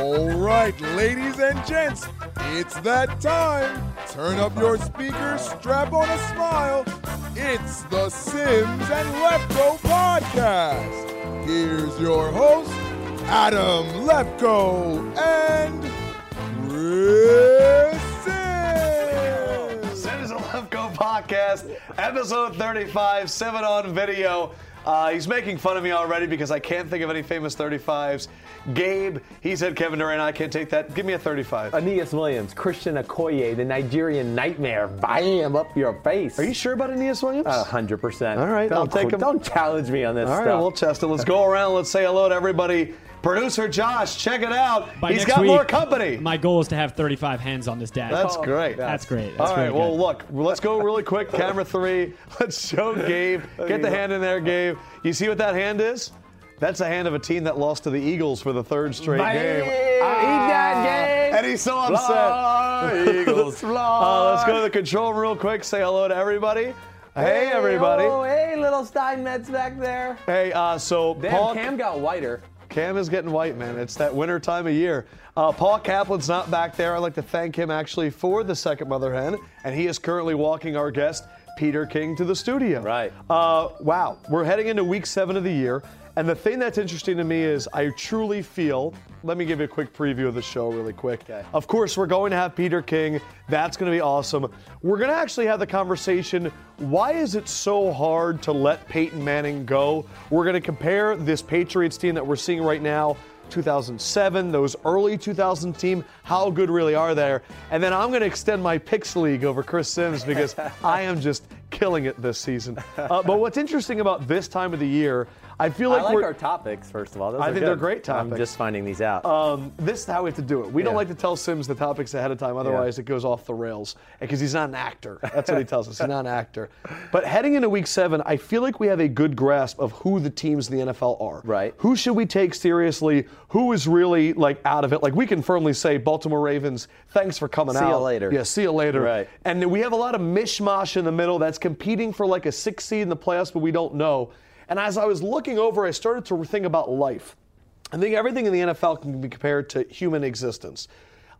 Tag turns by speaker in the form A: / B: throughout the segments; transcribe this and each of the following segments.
A: right, ladies and gents, it's that time. Turn up your speakers, strap on a smile. It's the Sims and Lefko podcast. Here's your host, Adam Lefko and Chris Sims.
B: Citizen Lefko podcast, episode 35, 7 on video. Uh, he's making fun of me already because I can't think of any famous 35s. Gabe, he said Kevin Durant, I can't take that. Give me a 35.
C: Aeneas Williams, Christian Okoye, the Nigerian nightmare. Bam, up your face.
B: Are you sure about Aeneas Williams?
C: A hundred percent.
B: All right,
C: don't,
B: I'll take 'em.
C: Don't challenge me on this
B: All
C: stuff.
B: right, we'll test it. Let's go around. Let's say hello to everybody. Producer Josh, check it out.
D: By
B: He's
D: next
B: got more
D: week,
B: company.
D: My goal is to have 35 hands on this dad.
E: Oh,
B: That's great.
D: That's great. That's
B: All right,
D: really
B: well,
D: good.
B: look, let's go really quick. Camera three. Let's show Gabe. Get the hand in there, Gabe. You see what that hand is? That's the hand of a team that lost to the Eagles for the third straight game.
C: Eat that game.
B: Ah, And he's so upset.
C: Eagles,
B: Uh, let's go to the control room real quick. Say hello to everybody. Hey,
C: Oh,
B: everybody.
C: hey, little Steinmetz back there.
B: Hey, uh, so
C: Damn,
B: Paul
C: Cam got whiter.
B: Cam is getting white, man. It's that winter time of year. Uh, Paul Kaplan's not back there. I'd like to thank him actually for the second mother hen, and he is currently walking our guest Peter King to the studio.
C: Right.
B: Uh, wow. We're heading into week seven of the year, and the thing that's interesting to me is I truly feel. Let me give you a quick preview of the show, really quick.
C: Okay.
B: Of course, we're going to have Peter King. That's going to be awesome. We're going to actually have the conversation why is it so hard to let Peyton Manning go? We're going to compare this Patriots team that we're seeing right now. 2007, those early 2000 team, how good really are there? And then I'm going to extend my picks league over Chris Sims because I am just killing it this season. Uh, but what's interesting about this time of the year, I feel
C: I
B: like,
C: like
B: we're
C: our topics, first of all. Those
B: I
C: are
B: think they're
C: good.
B: great
C: I'm
B: topics.
C: just finding these out.
B: um, this is how we have to do it. We don't
C: Yeah.
B: like to tell Sims the topics ahead of time, otherwise it goes off the rails. Because he's not an actor. That's what he tells us. He's not an actor. But heading into Week Seven, I feel like we have a good grasp of who the teams in the NFL are.
C: Right.
B: Who should we take seriously? Who is really like out of it? Like we can firmly say, Baltimore Ravens. Thanks for coming
C: See
B: out.
C: you later.
B: Yeah. See you later.
C: Right.
B: And we have a lot of mishmash in the middle that's competing for like a six seed in the playoffs, but we don't know. And as I was looking over, I started to think about life. I think everything in the NFL can be compared to human existence.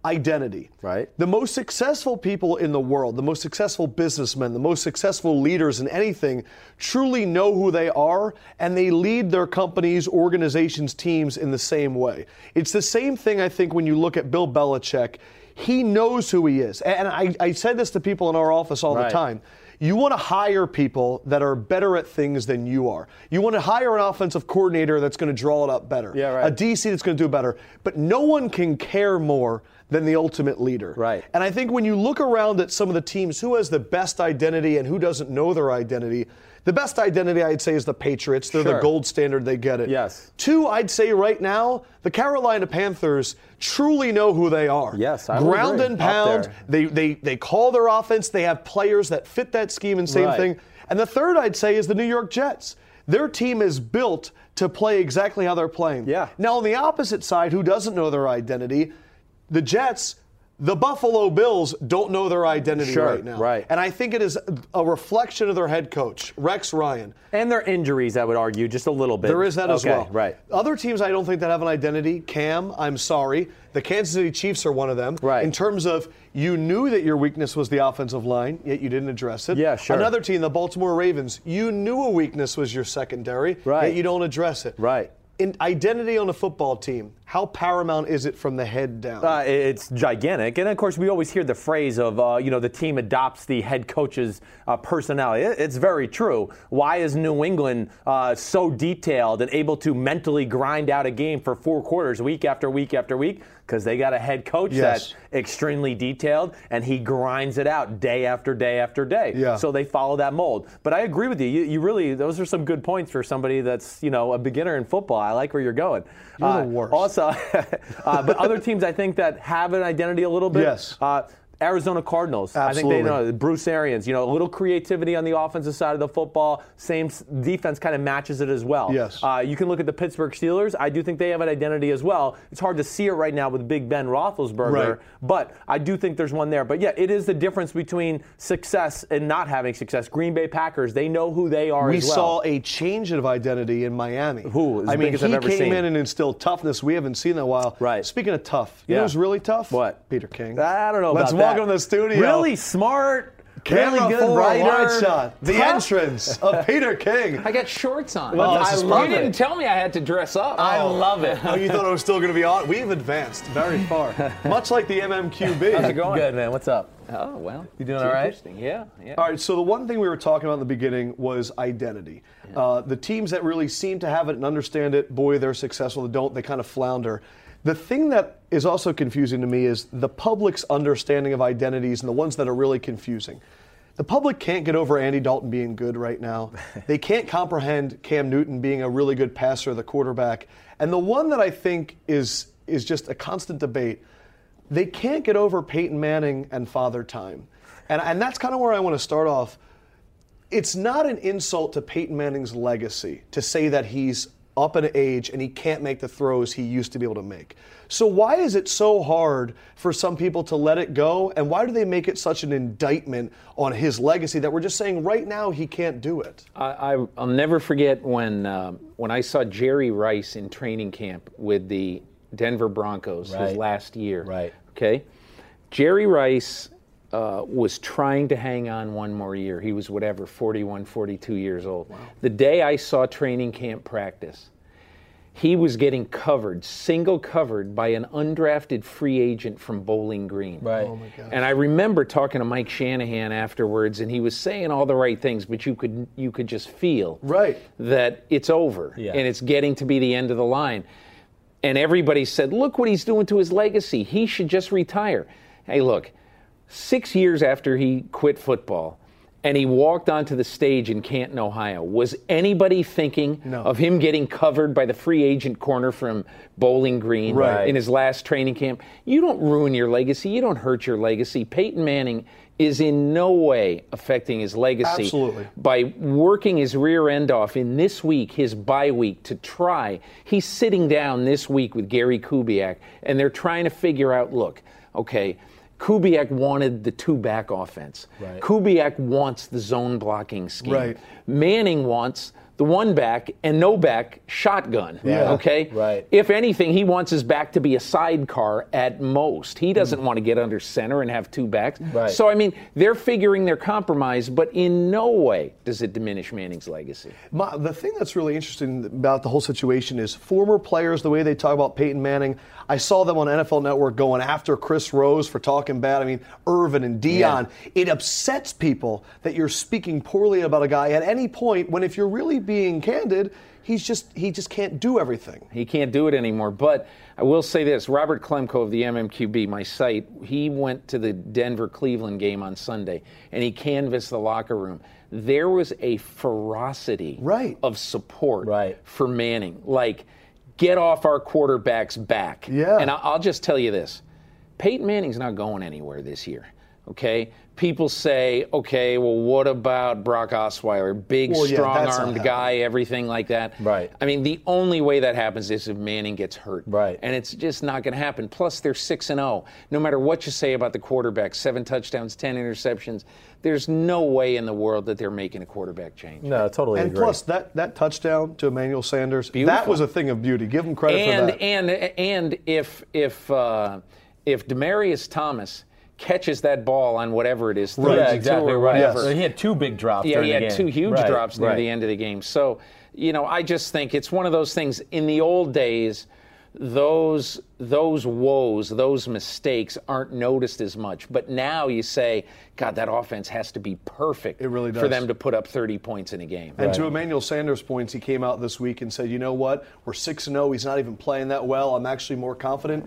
B: Identity.
C: Right.
B: The most successful people in the world, the most successful businessmen, the most successful leaders in anything truly know who they are and they lead their companies, organizations, teams in the same way. It's the same thing, I think, when you look at Bill Belichick. He knows who he is. And I, I said this to people in our office all the
C: Right.
B: time. You want to hire people that are better at things than you are. You want to hire an offensive coordinator that's going to draw it up better.
C: Yeah,
B: A
C: right.
B: DC that's going to do better. But no one can care more than the ultimate leader.
C: Right.
B: And I think when you look around at some of the teams, who has the best identity and who doesn't know their identity, the best identity I'd say is the Patriots. They're the
C: Sure.
B: gold standard, they get it.
C: Yes.
B: Two, I'd say right now, the Carolina Panthers truly know who they are.
C: Yes, I would
B: Ground
C: agree.
B: and
C: Up
B: pound.
C: there.
B: They, they, they call their offense, they have players that fit that scheme and same
C: Right.
B: thing. And the third I'd say is the New York Jets. Their team is built to play exactly how they're playing.
C: Yeah.
B: Now, on the opposite side, who doesn't know their identity? The Jets, the Buffalo Bills don't know their identity
C: Sure,
B: right now.
C: right.
B: And I think it is a reflection of their head coach, Rex Ryan.
C: and their injuries, I would argue, just a little bit.
B: There is that as
C: Okay,
B: well.
C: Right.
B: Other teams I don't think that have an identity. Cam, I'm sorry. The Kansas City Chiefs are one of them.
C: Right.
B: In terms of you knew that your weakness was the offensive line, yet you didn't address it.
C: Yeah, sure.
B: Another team, the Baltimore Ravens, you knew a weakness was your secondary,
C: Right.
B: yet you don't address it.
C: Right.
B: In identity on a football team, how paramount is it from the head down?
C: Uh, it's gigantic, and of course, we always hear the phrase of uh, you know the team adopts the head coach's uh, personality. It- it's very true. Why is New England uh, so detailed and able to mentally grind out a game for four quarters, week after week after week? Because they got a head coach
B: Yes.
C: that's extremely detailed, and he grinds it out day after day after day.
B: Yeah.
C: So they follow that mold. But I agree with you. You, you really those are some good points for somebody that's you know a beginner in football. I like where you're going.
B: You're the worst.
F: uh,
C: Also, uh, but other teams I think that have an identity a little bit.
B: Yes.
C: Uh,
F: Arizona Cardinals. I think they
B: Absolutely.
F: know Bruce Arians. You know, a little creativity on the offensive side of the football. Same s- defense kind of matches it as well.
B: Yes.
F: Uh, you can look at the Pittsburgh Steelers. I do think they have an identity as well. It's hard to see it right now with Big Ben Roethlisberger,
B: Right.
F: but I do think there's one there. But yeah, it is the difference between success and not having success. Green Bay Packers, they know who they are.
B: We
F: as well.
B: saw a change of identity in Miami.
F: Who? As
B: I mean,
F: big as
B: he
F: I've ever
B: came
F: seen.
B: in and instilled toughness we haven't seen in a while.
F: Right.
B: Speaking of tough, you know
F: Yeah.
B: who's really tough?
F: What?
B: Peter King.
F: I don't know.
B: Let's
F: about
B: welcome
F: that.
B: to the studio.
F: Really smart,
B: Camera
F: really
B: four,
F: good writer.
B: wide shot. The
F: Tough.
B: entrance of Peter King.
E: I got shorts on.
B: Well, this
E: I
B: is
E: love
B: perfect.
E: you didn't tell me I had to dress up. I
B: Oh.
E: love it.
B: Oh, you thought it was still going to be on? We've advanced very far, much like the MMQB.
E: How's it going?
F: Good man. What's up?
E: Oh well. You
F: doing all right?
E: Interesting. Yeah. Yeah.
B: All right, so the one thing we were talking about in the beginning was identity. Uh, the teams that really seem to have it and understand it, boy, they're successful. They don't, they kind of flounder. The thing that is also confusing to me is the public's understanding of identities and the ones that are really confusing. The public can't get over Andy Dalton being good right now. they can't comprehend Cam Newton being a really good passer, the quarterback. And the one that I think is is just a constant debate they can't get over Peyton Manning and father time. And, and that's kind of where I want to start off. It's not an insult to Peyton Manning's legacy to say that he's up in age and he can't make the throws he used to be able to make. So, why is it so hard for some people to let it go? And why do they make it such an indictment on his legacy that we're just saying right now he can't do it?
E: I, I, I'll never forget when um, when I saw Jerry Rice in training camp with the Denver Broncos his
F: Right.
E: last year.
F: Right.
E: Okay. Jerry Rice uh, was trying to hang on one more year. He was whatever 41, 42 years old. The day I saw training camp practice, he was getting covered, single covered by an undrafted free agent from Bowling Green.
F: Right. Oh, my
E: And I remember talking to Mike Shanahan afterwards, and he was saying all the right things, but you could you could just feel
B: Right.
E: that it's over
F: Yeah.
E: and it's getting to be the end of the line. And everybody said, "Look what he's doing to his legacy. He should just retire." Hey, look, six years after he quit football. And he walked onto the stage in Canton, Ohio. Was anybody thinking of him getting covered by the free agent corner from Bowling Green
B: Right.
E: in his last training camp. You don't ruin your legacy. You don't hurt your legacy. Peyton Manning is in no way affecting his legacy
B: Absolutely.
E: by working his rear end off in this week, his bye week, to try. He's sitting down this week with Gary Kubiak, and they're trying to figure out look, okay, Kubiak wanted the two back offense.
F: Right.
E: Kubiak wants the zone blocking scheme.
B: Right.
E: Manning wants the one back and no back shotgun.
B: Yeah.
E: Okay?
F: Right.
E: If anything, he wants his back to be a sidecar at most. He doesn't want to get under center and have two backs.
F: Hmm. Right.
E: So, I mean, they're figuring their compromise, but in no way does it diminish Manning's legacy.
B: My, the thing that's really interesting about the whole situation is former players, the way they talk about Peyton Manning. I saw them on NFL Network going after Chris Rose for talking bad. I mean, Irvin and Dion. It upsets people that you're speaking poorly about a guy at any point when if you're really being candid, he's just he just can't do everything.
E: He can't do it anymore. But I will say this Robert Klemko of the MMQB, my site, he went to the Denver Cleveland game on Sunday and he canvassed the locker room. There was a ferocity
B: Right.
E: of support
F: Right.
E: for Manning. Like, get off our quarterback's back.
B: Yeah.
E: And I- I'll just tell you this Peyton Manning's not going anywhere this year. Okay? People say, okay, well, what about Brock Osweiler? Big,
B: Well, yeah, that's not
E: strong armed
B: happening.
E: guy, everything like that.
F: Right.
E: I mean, the only way that happens is if Manning gets hurt.
F: Right.
E: And it's just not going to happen. Plus, they're 6 and 0. No matter what you say about the quarterback, seven touchdowns, 10 interceptions, there's no way in the world that they're making a quarterback change.
F: No, totally
B: And
F: agree.
B: plus that that touchdown to Emmanuel Sanders, that
E: Beautiful.
B: was a thing of beauty. Give him credit
E: and
B: for that.
E: and and if if uh, if Demarius Thomas catches that ball on whatever it is,
B: Right.
F: yeah,
E: 32
F: exactly
E: or
F: right.
E: whatever,
B: Yes.
F: He had two big drops.
E: Yeah,
F: during
E: he
F: the
E: had
F: game.
E: two huge
F: Right,
E: drops near
F: right.
E: the end of the game. So, you know, I just think it's one of those things. In the old days, those those woes, those mistakes aren't noticed as much. But now you say, God, that offense has to be perfect.
B: It really
E: for
B: does.
E: them to put up 30 points in a game.
B: And to Emmanuel Sanders' points, he came out this week and said, "You know what? We're six and zero. He's not even playing that well. I'm actually more confident."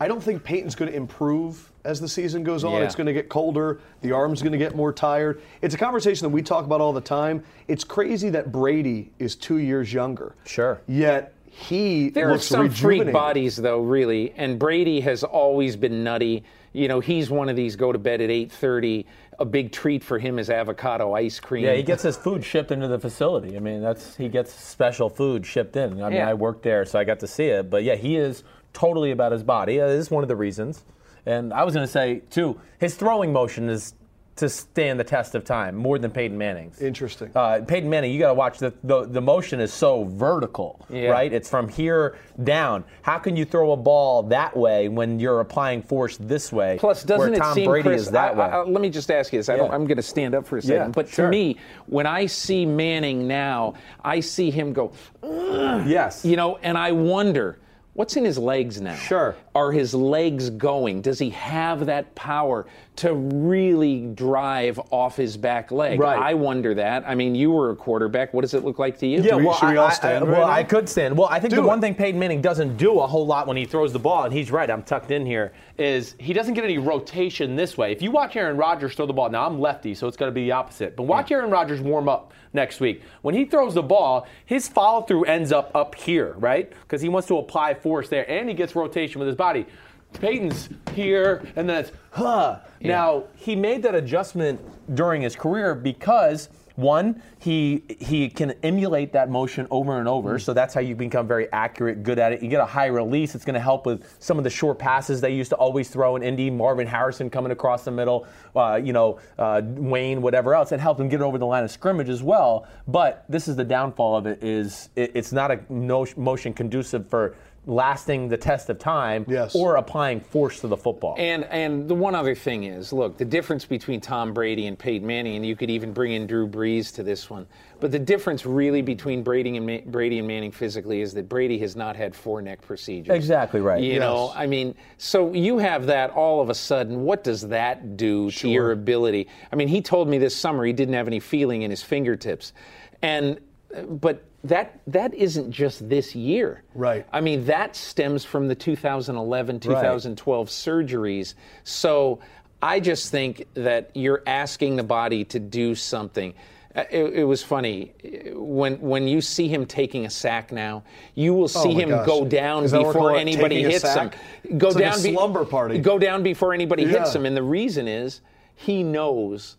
B: I don't think Peyton's going to improve as the season goes on.
E: Yeah.
B: It's going to get colder. The arm's going to get more tired. It's a conversation that we talk about all the time. It's crazy that Brady is two years younger.
F: Sure.
B: Yet he
E: There are
B: looks
E: some freak
B: rejuvenated.
E: bodies, though, really, and Brady has always been nutty. you know, he's one of these go to bed at 8:30. A big treat for him is avocado ice cream.
C: Yeah, he gets his food shipped into the facility. I mean, that's he gets special food shipped in. I mean,
E: Yeah.
C: I worked there, so I got to see it. But yeah, he is totally about his body. That is one of the reasons. And I was going to say too, his throwing motion is to stand the test of time more than Peyton Manning's.
B: Interesting.
C: Uh, Peyton Manning, you got to watch the, the the motion is so vertical,
E: Yeah.
C: right? It's from here down. How can you throw a ball that way when you're applying force this way?
E: Plus, doesn't
C: where
E: it
C: Tom
E: seem,
C: Brady
E: Chris,
C: is that
E: I-
C: way?
E: I- I- let me just ask you this. I don't,
C: Yeah.
E: I'm going to stand up for a second.
C: Yeah,
E: but
C: sure.
E: to me, when I see Manning now, I see him go,
G: Yes.
E: you know, and I wonder what's in his legs now.
G: Sure.
E: Are his legs going? Does he have that power to really drive off his back leg?
G: Right.
E: I wonder that. I mean, you were a quarterback. What does it look like to you?
C: Yeah,
B: we-
C: well,
B: should we
C: I-
B: all
C: I-
B: stand
C: I,
B: right
C: well,
B: now?
C: I could stand. Well, I think
B: Do
C: the
B: it.
C: one thing Peyton Manning doesn't do a whole lot when he throws the ball, and he's right. I'm tucked in here. Is he doesn't get any rotation this way? If you watch Aaron Rodgers throw the ball, now I'm lefty, so it's going to be the opposite. But watch Aaron Rodgers warm up next week. When he throws the ball, his follow through ends up up here, right? Because he wants to apply force there, and he gets rotation with his body. Peyton's here, and then it's huh. Now he made that adjustment during his career because one, he he can emulate that motion over and over, so that's how you become very accurate, good at it. You get a high release; it's going to help with some of the short passes they used to always throw in Indy. Marvin Harrison coming across the middle, uh, you know, uh, Wayne, whatever else. It helped him get over the line of scrimmage as well. But this is the downfall of it: is it, it's not a no, motion conducive for lasting the test of time
B: Yes.
C: or applying force to the football.
E: And and the one other thing is, look, the difference between Tom Brady and Peyton Manning, and you could even bring in Drew Brees to this one, but the difference really between Brady and Ma- Brady and Manning physically is that Brady has not had four neck procedures.
C: Exactly right.
E: You know, I mean, so you have that all of a sudden. What does that do to your ability? I mean, he told me this summer he didn't have any feeling in his fingertips, and uh, but that that isn't just this year.
B: Right.
E: I mean, that stems from the 2011 2012 surgeries. So I just think that you're asking the body to do something. Uh, It, it was funny Uh, when when you see him taking a sack now, you will
C: Oh,
E: see
B: Oh my
E: him
B: gosh.
E: go down
B: Is that what we're
E: before
B: calling it,
E: anybody
B: taking a
E: hits him.
B: sack?
E: Go
B: It's like a
E: down be-
B: slumber party.
E: Go down before anybody hits
B: Yeah.
E: him, and the reason is he knows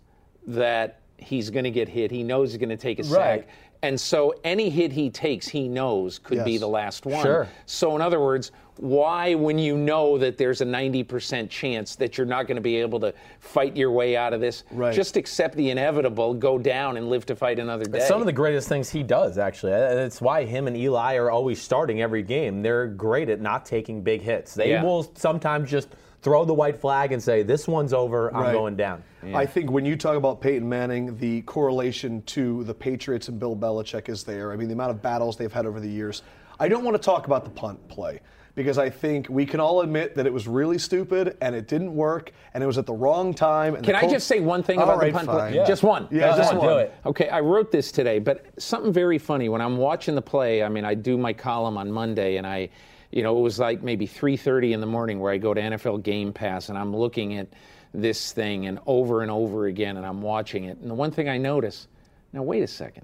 E: that he's going to get hit. He knows he's going to take a
C: Right.
E: sack. And so any hit he takes, he knows could be
B: Yes.
E: the last one.
C: Sure.
E: So in other words, why when you know that there's a 90% chance that you're not going to be able to fight your way out of this,
B: Right.
E: just accept the inevitable, go down and live to fight another day.
C: Some of the greatest things he does, actually. Uh, It's why him and Eli are always starting every game. They're great at not taking big hits. They
E: Yeah.
C: will sometimes just throw the white flag and say, This one's over, I'm
B: Right.
C: going down.
B: I think when you talk about Peyton Manning, the correlation to the Patriots and Bill Belichick is there. I mean, the amount of battles they've had over the years. I don't want to talk about the punt play because I think we can all admit that it was really stupid and it didn't work and it was at the wrong time. And the
E: Can I
B: Colts-
E: just say one thing
B: All
E: about
B: right,
E: the punt
B: fine.
E: play? Just one.
B: Yeah,
C: just
E: one.
C: one. Do it.
E: Okay, I wrote this today, but something very funny when I'm watching the play. I mean, I do my column on Monday, and I, you know, it was like maybe 3:30 in the morning where I go to NFL Game Pass, and I'm looking at this thing and over and over again, and I'm watching it. And the one thing I notice, now wait a second,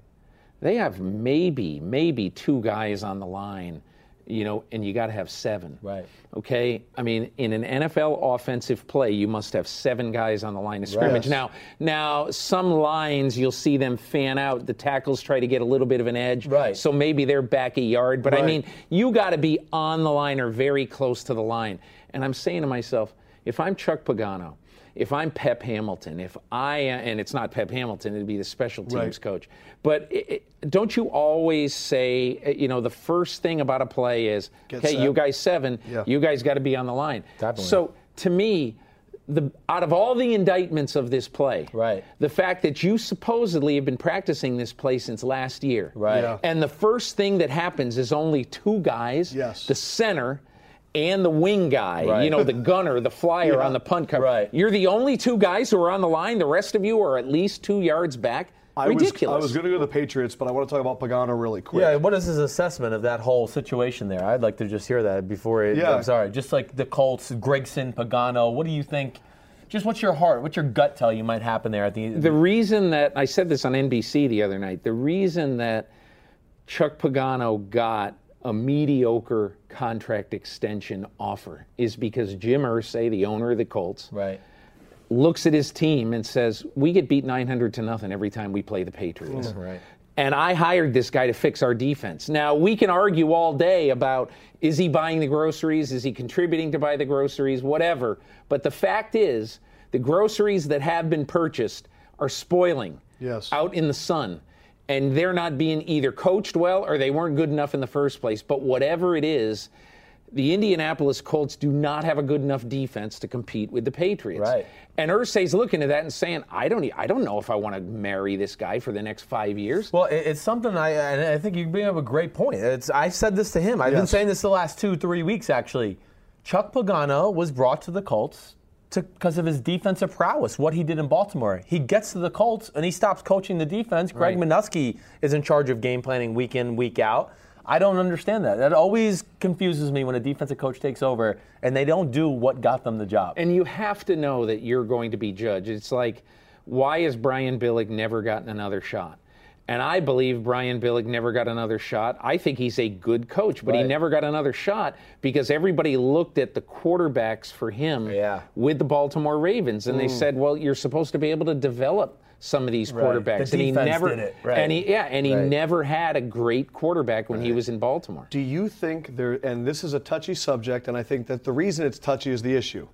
E: they have maybe maybe two guys on the line, you know, and you got to have seven.
C: Right.
E: Okay. I mean, in an NFL offensive play, you must have seven guys on the line of scrimmage.
B: Yes.
E: Now. Now, now some lines you'll see them fan out. The tackles try to get a little bit of an edge.
C: Right.
E: So maybe they're back a yard. But I
B: Right.
E: mean, you got to be on the line or very close to the line. And I'm saying to myself, if I'm Chuck Pagano, if I'm Pep Hamilton, if I and it's not Pep Hamilton, it'd be the special teams
B: Right.
E: coach. But it, it- don't you always say, uh, you know, the first thing about a play is,
B: Get
E: okay,
B: set.
E: you guys seven,
B: Yeah.
E: you guys got to be on the line.
C: Definitely.
E: So to me, the out of all the indictments of this play,
C: Right.
E: the fact that you supposedly have been practicing this play since last year.
C: Right. Yeah.
E: And the first thing that happens is only two guys,
B: Yes.
E: the center and the wing guy, you
C: Right.
E: know, the gunner, the flyer
B: Yeah.
E: on the punt cover.
C: Right.
E: You're the only two guys who are on the line. The rest of you are at least two yards back.
B: I was,
E: Ridiculous.
B: I was going to go to the Patriots, but I want to talk about Pagano really quick.
C: Yeah, what is his assessment of that whole situation there? I'd like to just hear that before it.
B: Yeah.
C: I'm sorry. Just like the Colts, Gregson, Pagano, what do you think? Just what's your heart, what's your gut tell you might happen there at the end?
E: The reason that I said this on NBC the other night, the reason that Chuck Pagano got a mediocre contract extension offer is because Jim Irsay, the owner of the Colts,
C: Right.
E: looks at his team and says, "We get beat 900 to nothing every time we play the Patriots."
C: Right.
E: And I hired this guy to fix our defense. Now, we can argue all day about is he buying the groceries? Is he contributing to buy the groceries? Whatever. But the fact is, the groceries that have been purchased are spoiling
B: Yes.
E: out in the sun. And they're not being either coached well or they weren't good enough in the first place. But whatever it is, the Indianapolis Colts do not have a good enough defense to compete with the Patriots.
C: Right.
E: And Ursay's looking at that and saying, I don't, e- I don't know if I want to marry this guy for the next five years.
C: Well, it, it's something I and I think you bring up a great point. It's I said this to him. I've been
B: Yes.
C: saying this the last two three weeks actually. Chuck Pagano was brought to the Colts because of his defensive prowess, what he did in Baltimore. He gets to the Colts and he stops coaching the defense. Greg Minuski is in charge of game planning week in week out. I don't understand that. That always confuses me when a defensive coach takes over and they don't do what got them the job.
E: and you have to know that you're going to be judged. It's like, why has Brian Billick never gotten another shot? And I believe Brian Billick never got another shot. I think he's a good coach, but he
C: Right.
E: never got another shot because everybody looked at the quarterbacks for him
C: Yeah. Mm.
E: with the Baltimore Ravens, and they said, "Well, you're supposed to be able to develop some of these
C: Right. The
E: quarterbacks." and he
C: defense
E: never
C: did it, right.
E: And he yeah, and he
C: Right.
E: never had a great quarterback when he was in Baltimore.
B: Do you think there, and this is a touchy subject, and I think that the reason it's touchy is the issue.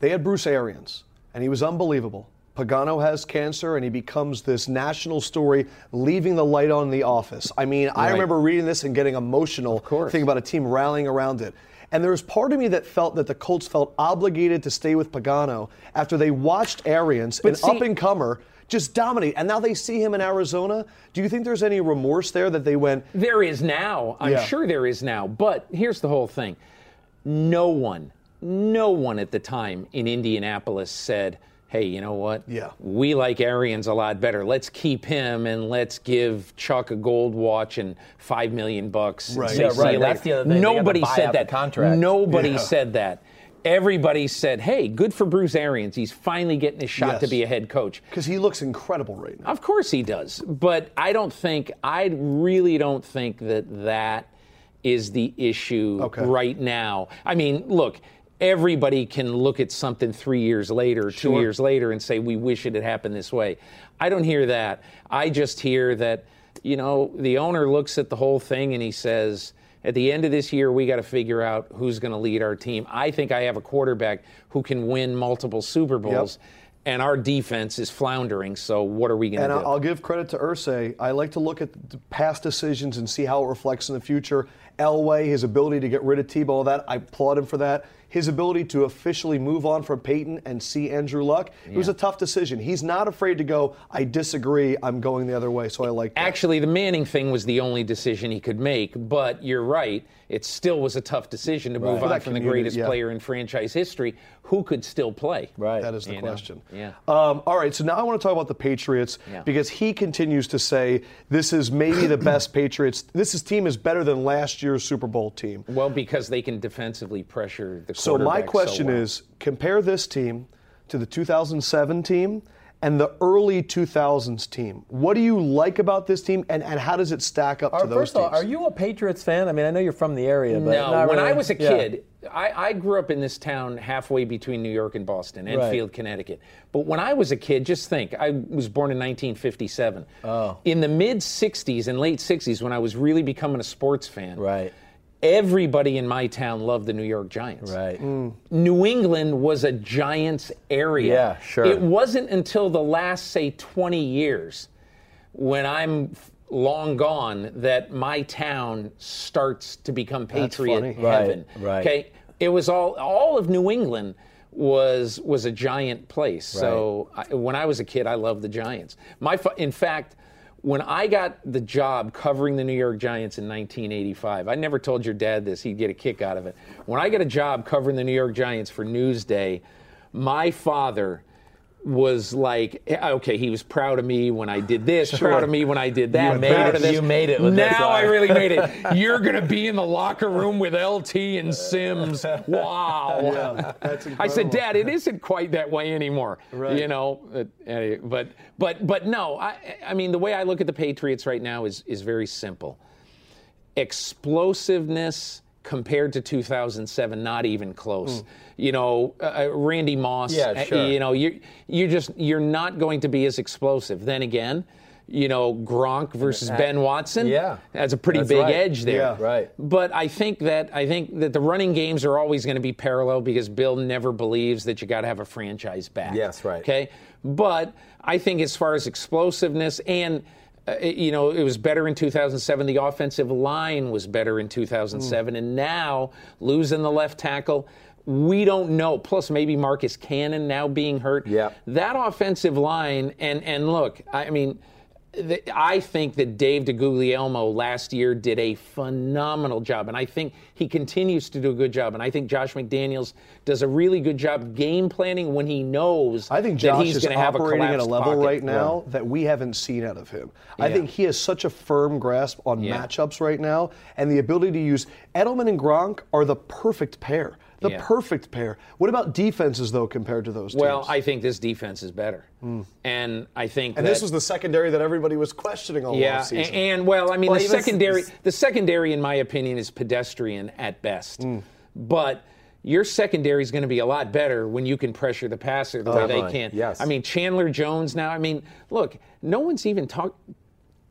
B: They had Bruce Arians, and he was unbelievable. Pagano has cancer, and he becomes this national story, leaving the light on in the office. I mean, I remember reading this and getting emotional, thinking about a team rallying around it. And there was part of me that felt that the Colts felt obligated to stay with Pagano after they watched Arians, an
E: see-
B: up and comer, just dominate. And now they see him in Arizona. Do you think there's any remorse there that they went,
E: There is now. I'm
B: Yeah.
E: sure there is now. But here's the whole thing no one, no one at the time in Indianapolis said, hey, you know what?
B: Yeah.
E: We like Arians a lot better. Let's keep him and let's give Chuck a gold watch and five million bucks. and
B: Right.
E: say,
B: Yeah,
E: "See
C: right.
E: you
C: That's
E: later."
C: the other thing. They got to
E: Nobody
C: buy
E: said
C: out the
E: that.
C: contract.
E: Nobody said that. Everybody said, hey, good for Bruce Arians. He's finally getting his shot
B: Yes.
E: to be a head coach.
B: because he looks incredible right now?
E: Of course he does. But I don't think, I really don't think that that is the issue
B: Okay.
E: right now. I mean, look, everybody can look at something three years later, two years later, and say, we wish it had happened this way. I don't hear that. I just hear that, you know, the owner looks at the whole thing and he says, at the end of this year, we got to figure out who's going to lead our team. I think I have a quarterback who can win multiple Super Bowls and our defense is floundering. So what are we going
B: And
E: to
B: I-
E: do?
B: I'll give credit to Ursay. I like to look at the past decisions and see how it reflects in the future. Elway, his ability to get rid of Tebow, all that, I applaud him for that. His ability to officially move on from Peyton and see Andrew Luck, it was a tough decision. He's not afraid to go, I disagree, I'm going the other way, so I like that.
E: Actually, the Manning thing was the only decision he could make. But you're right; it still was a tough decision to move
B: For
E: on
B: that
E: from the
B: community,
E: greatest
B: yeah.
E: player in franchise history, who could still play.
C: Right.
B: That is the
E: You know?
B: question.
E: Yeah.
B: Um, all right, so now I want to talk about the Patriots
E: Yeah.
B: because he continues to say this is maybe the best Patriots. This is, team is better than last year's Super Bowl team.
E: Well, because they can defensively pressure the.
B: So my
E: quarterback
B: question
E: well.
B: is, compare this team to the 2007 team and the early 2000s team. What do you like about this team, and, and how does it stack up to
C: Are-
B: those
C: first of
B: teams?
C: all, are you a Patriots fan? I mean, I know you're from the area, but
E: No,
C: not
E: when
C: really-
E: I was a
C: yeah.
E: kid, I, I grew up in this town halfway between New York and Boston, Enfield, Connecticut. But when I was a kid, just think, I was born in 1957. Oh. In the mid 60s and late 60s, when I was really becoming a sports fan,
C: Right.
E: everybody in my town loved the New York Giants.
C: Right.
E: New England was a Giants area.
C: Yeah, sure.
E: It wasn't until the last, say, 20 years when I'm f- long gone that my town starts to become Patriot
B: funny.
C: Right,
E: heaven.
C: right.
E: Okay. It was all, all of New England was was a giant place. So I, when I was a kid, I loved the Giants. My, fa- in fact, when I got the job covering the New York Giants in 1985, I never told your dad this, he'd get a kick out of it. When I got a job covering the New York Giants for Newsday, my father was like, eh, okay, he was proud of me when I did this, proud of me when I did that,
C: You made
E: proud
C: it-
E: of this.
C: you made it with
E: now
C: this
E: I
C: line.
E: really made it. You're going to be in the locker room with LT and Sims. Wow.
B: that's
E: I said,
B: incredible.
E: Dad, it isn't quite that way anymore.
B: Right.
E: You know, uh, anyway, but but but no, I I mean the way I look at the Patriots right now is is very simple. explosiveness compared to 2007 not even close you know uh, uh, randy moss
C: Yeah,
E: uh,
C: sure.
E: you know you you just you're not going to be as explosive then again you know gronk versus ben watson
C: Yeah.
E: that's a pretty
C: That's
E: big
C: right.
E: edge there
B: Yeah.
C: Right.
E: but I think that I think that the running games are always going to be parallel because Bill never believes that you got to have a franchise back.
C: Yes, right.
E: Okay, but I think as far as explosiveness and uh, it- you know it was better in 2007. The offensive line was better in 2007, and now losing the left tackle. We don't know. Plus, maybe Marcus Cannon now being hurt.
C: Yeah.
E: That offensive line, and and look, I mean, the, I think that Dave DeGuglielmo last year did a phenomenal job, and I think he continues to do a good job. And I think Josh McDaniels does a really good job game planning when he knows
B: I think
E: that
B: Josh
E: he's
B: is
E: going to have a
B: operating at a
E: collapsed
B: level
E: pocket.
B: right now that we haven't seen out of him. I think he has such a firm grasp on matchups right now, and the ability to use Edelman and Gronk are the perfect pair. The
E: Yeah.
B: perfect pair. What about defenses though, compared to those?
E: Well,
B: teams?
E: I think this defense is better, and I think
B: Hmm. and
E: that,
B: this was the secondary that everybody was questioning all
E: Yeah, a-
B: offseason.
E: and, well, I mean,
C: Well,
E: the
C: even s-
E: secondary, the secondary, in my opinion, is pedestrian at best.
B: Mm.
E: But your secondary is going to be a lot better when you can pressure the passer
B: Oh,
E: the way they
C: Definitely,
E: can.
C: yes.
E: I mean, Chandler Jones. Now, I mean, look, no one's even talk,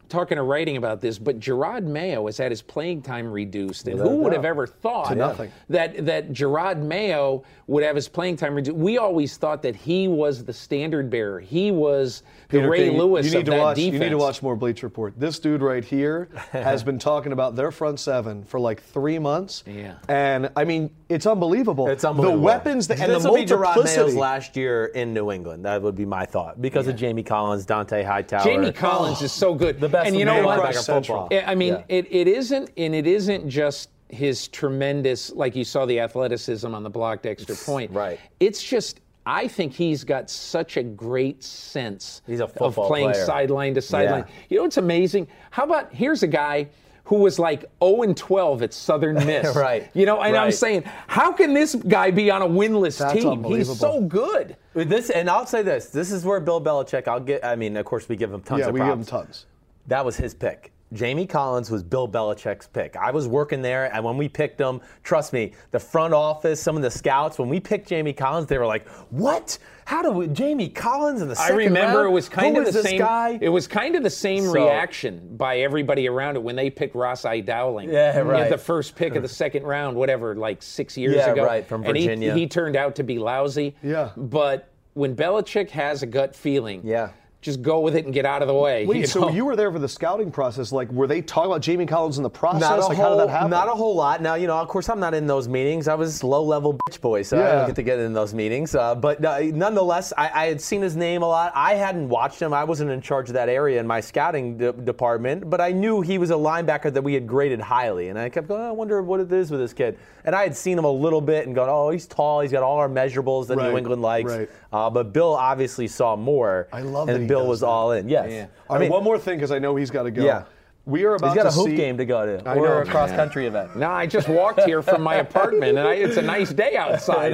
E: talking or writing about this, but Gerard Mayo has had his playing time reduced, and who would have ever thought
B: nothing.
E: that that Gerard Mayo would have his playing time reduced? We always thought that he was the standard bearer. He was the
B: Peter
E: Ray
B: King,
E: Lewis
B: you need
E: of
B: to
E: that
B: watch,
E: defense.
B: You need to watch more Bleach Report. This dude right here has been talking about their front seven for like three months.
E: Yeah.
B: And I mean, it's unbelievable.
C: It's unbelievable.
B: The weapons that, and
C: this
B: the
C: will be Gerard
B: multiplicity.
C: Mayo's last year in New England. That would be my thought because of Jamie Collins, Dante Hightower. Oh.
E: Jamie Collins is so good.
C: The best
E: and you know
C: middle
E: what?
C: linebacker in football.
E: I I mean,
C: Yeah.
E: it, it isn't, and it isn't just his tremendous, like you saw the athleticism on the blocked extra point.
C: Right.
E: It's just, I think he's got such a great sense
C: He's a
E: of
C: football
E: playing
C: player.
E: sideline to sideline. You know what's amazing? How about here's a guy who was like 0 and 12 at Southern Miss.
C: Right.
E: You know, and I'm
C: Right.
E: saying, how can this guy be on a winless
B: That's
E: team? He's so
B: unbelievable.
E: good.
C: With This and I'll say this. This is where Bill Belichick. I'll get. I mean, of course, we give him tons
B: Yeah,
C: of
B: we
C: props.
B: give him tons.
C: That was his pick. Jamie Collins was Bill Belichick's pick. I was working there, and when we picked him, trust me, the front office, some of the scouts, when we picked Jamie Collins, they were like, "What? How do we, Jamie Collins in the
E: I
C: second
E: remember
C: round?
E: it was kind
C: Who
E: of
C: is
E: the
C: this
E: same.
C: guy?"
E: It was kind of the same
C: So-
E: reaction by everybody around it when they picked Ross I. Dowling.
C: Yeah,
E: At
C: right.
E: the first pick of the second round, whatever, like six years
C: Yeah,
E: ago.
C: right, from
E: And he-
C: Virginia.
E: he, turned out to be lousy.
B: Yeah.
E: But when Belichick has a gut feeling,
C: Yeah.
E: just go with it and get out of the way.
B: Wait,
E: you
B: so
E: know?
B: you were there for the scouting process? Like, were they talking about Jamie Collins in the process?
C: not a
B: like,
C: whole,
B: how did that happen?
C: Not a whole lot. Now, you know, of course, I'm not in those meetings. I was low-level bitch boy, so I
B: Yeah.
C: don't get to get in those meetings. Uh, but uh, nonetheless, I, I had seen his name a lot. I hadn't watched him. I wasn't in charge of that area in my scouting de- department, but I knew he was a linebacker that we had graded highly, and I kept going. "Oh, I wonder what it is with this kid. And I had seen him a little bit and gone, oh, he's tall. He's got all our measurables that
B: Right,
C: New England likes.
B: right.
C: Uh, but Bill obviously saw more.
B: I love
C: and
B: that he
C: Bill
B: does
C: was
B: that.
C: all in. Yes.
B: All right, one more thing because I know he's got to go.
C: Yeah.
B: We are about
C: He's got
B: to
C: a hoop
B: see-
C: game to go to,
B: I
C: or
B: know.
C: a cross-country event.
E: no, I just walked here from my apartment, and I, it's a nice day outside.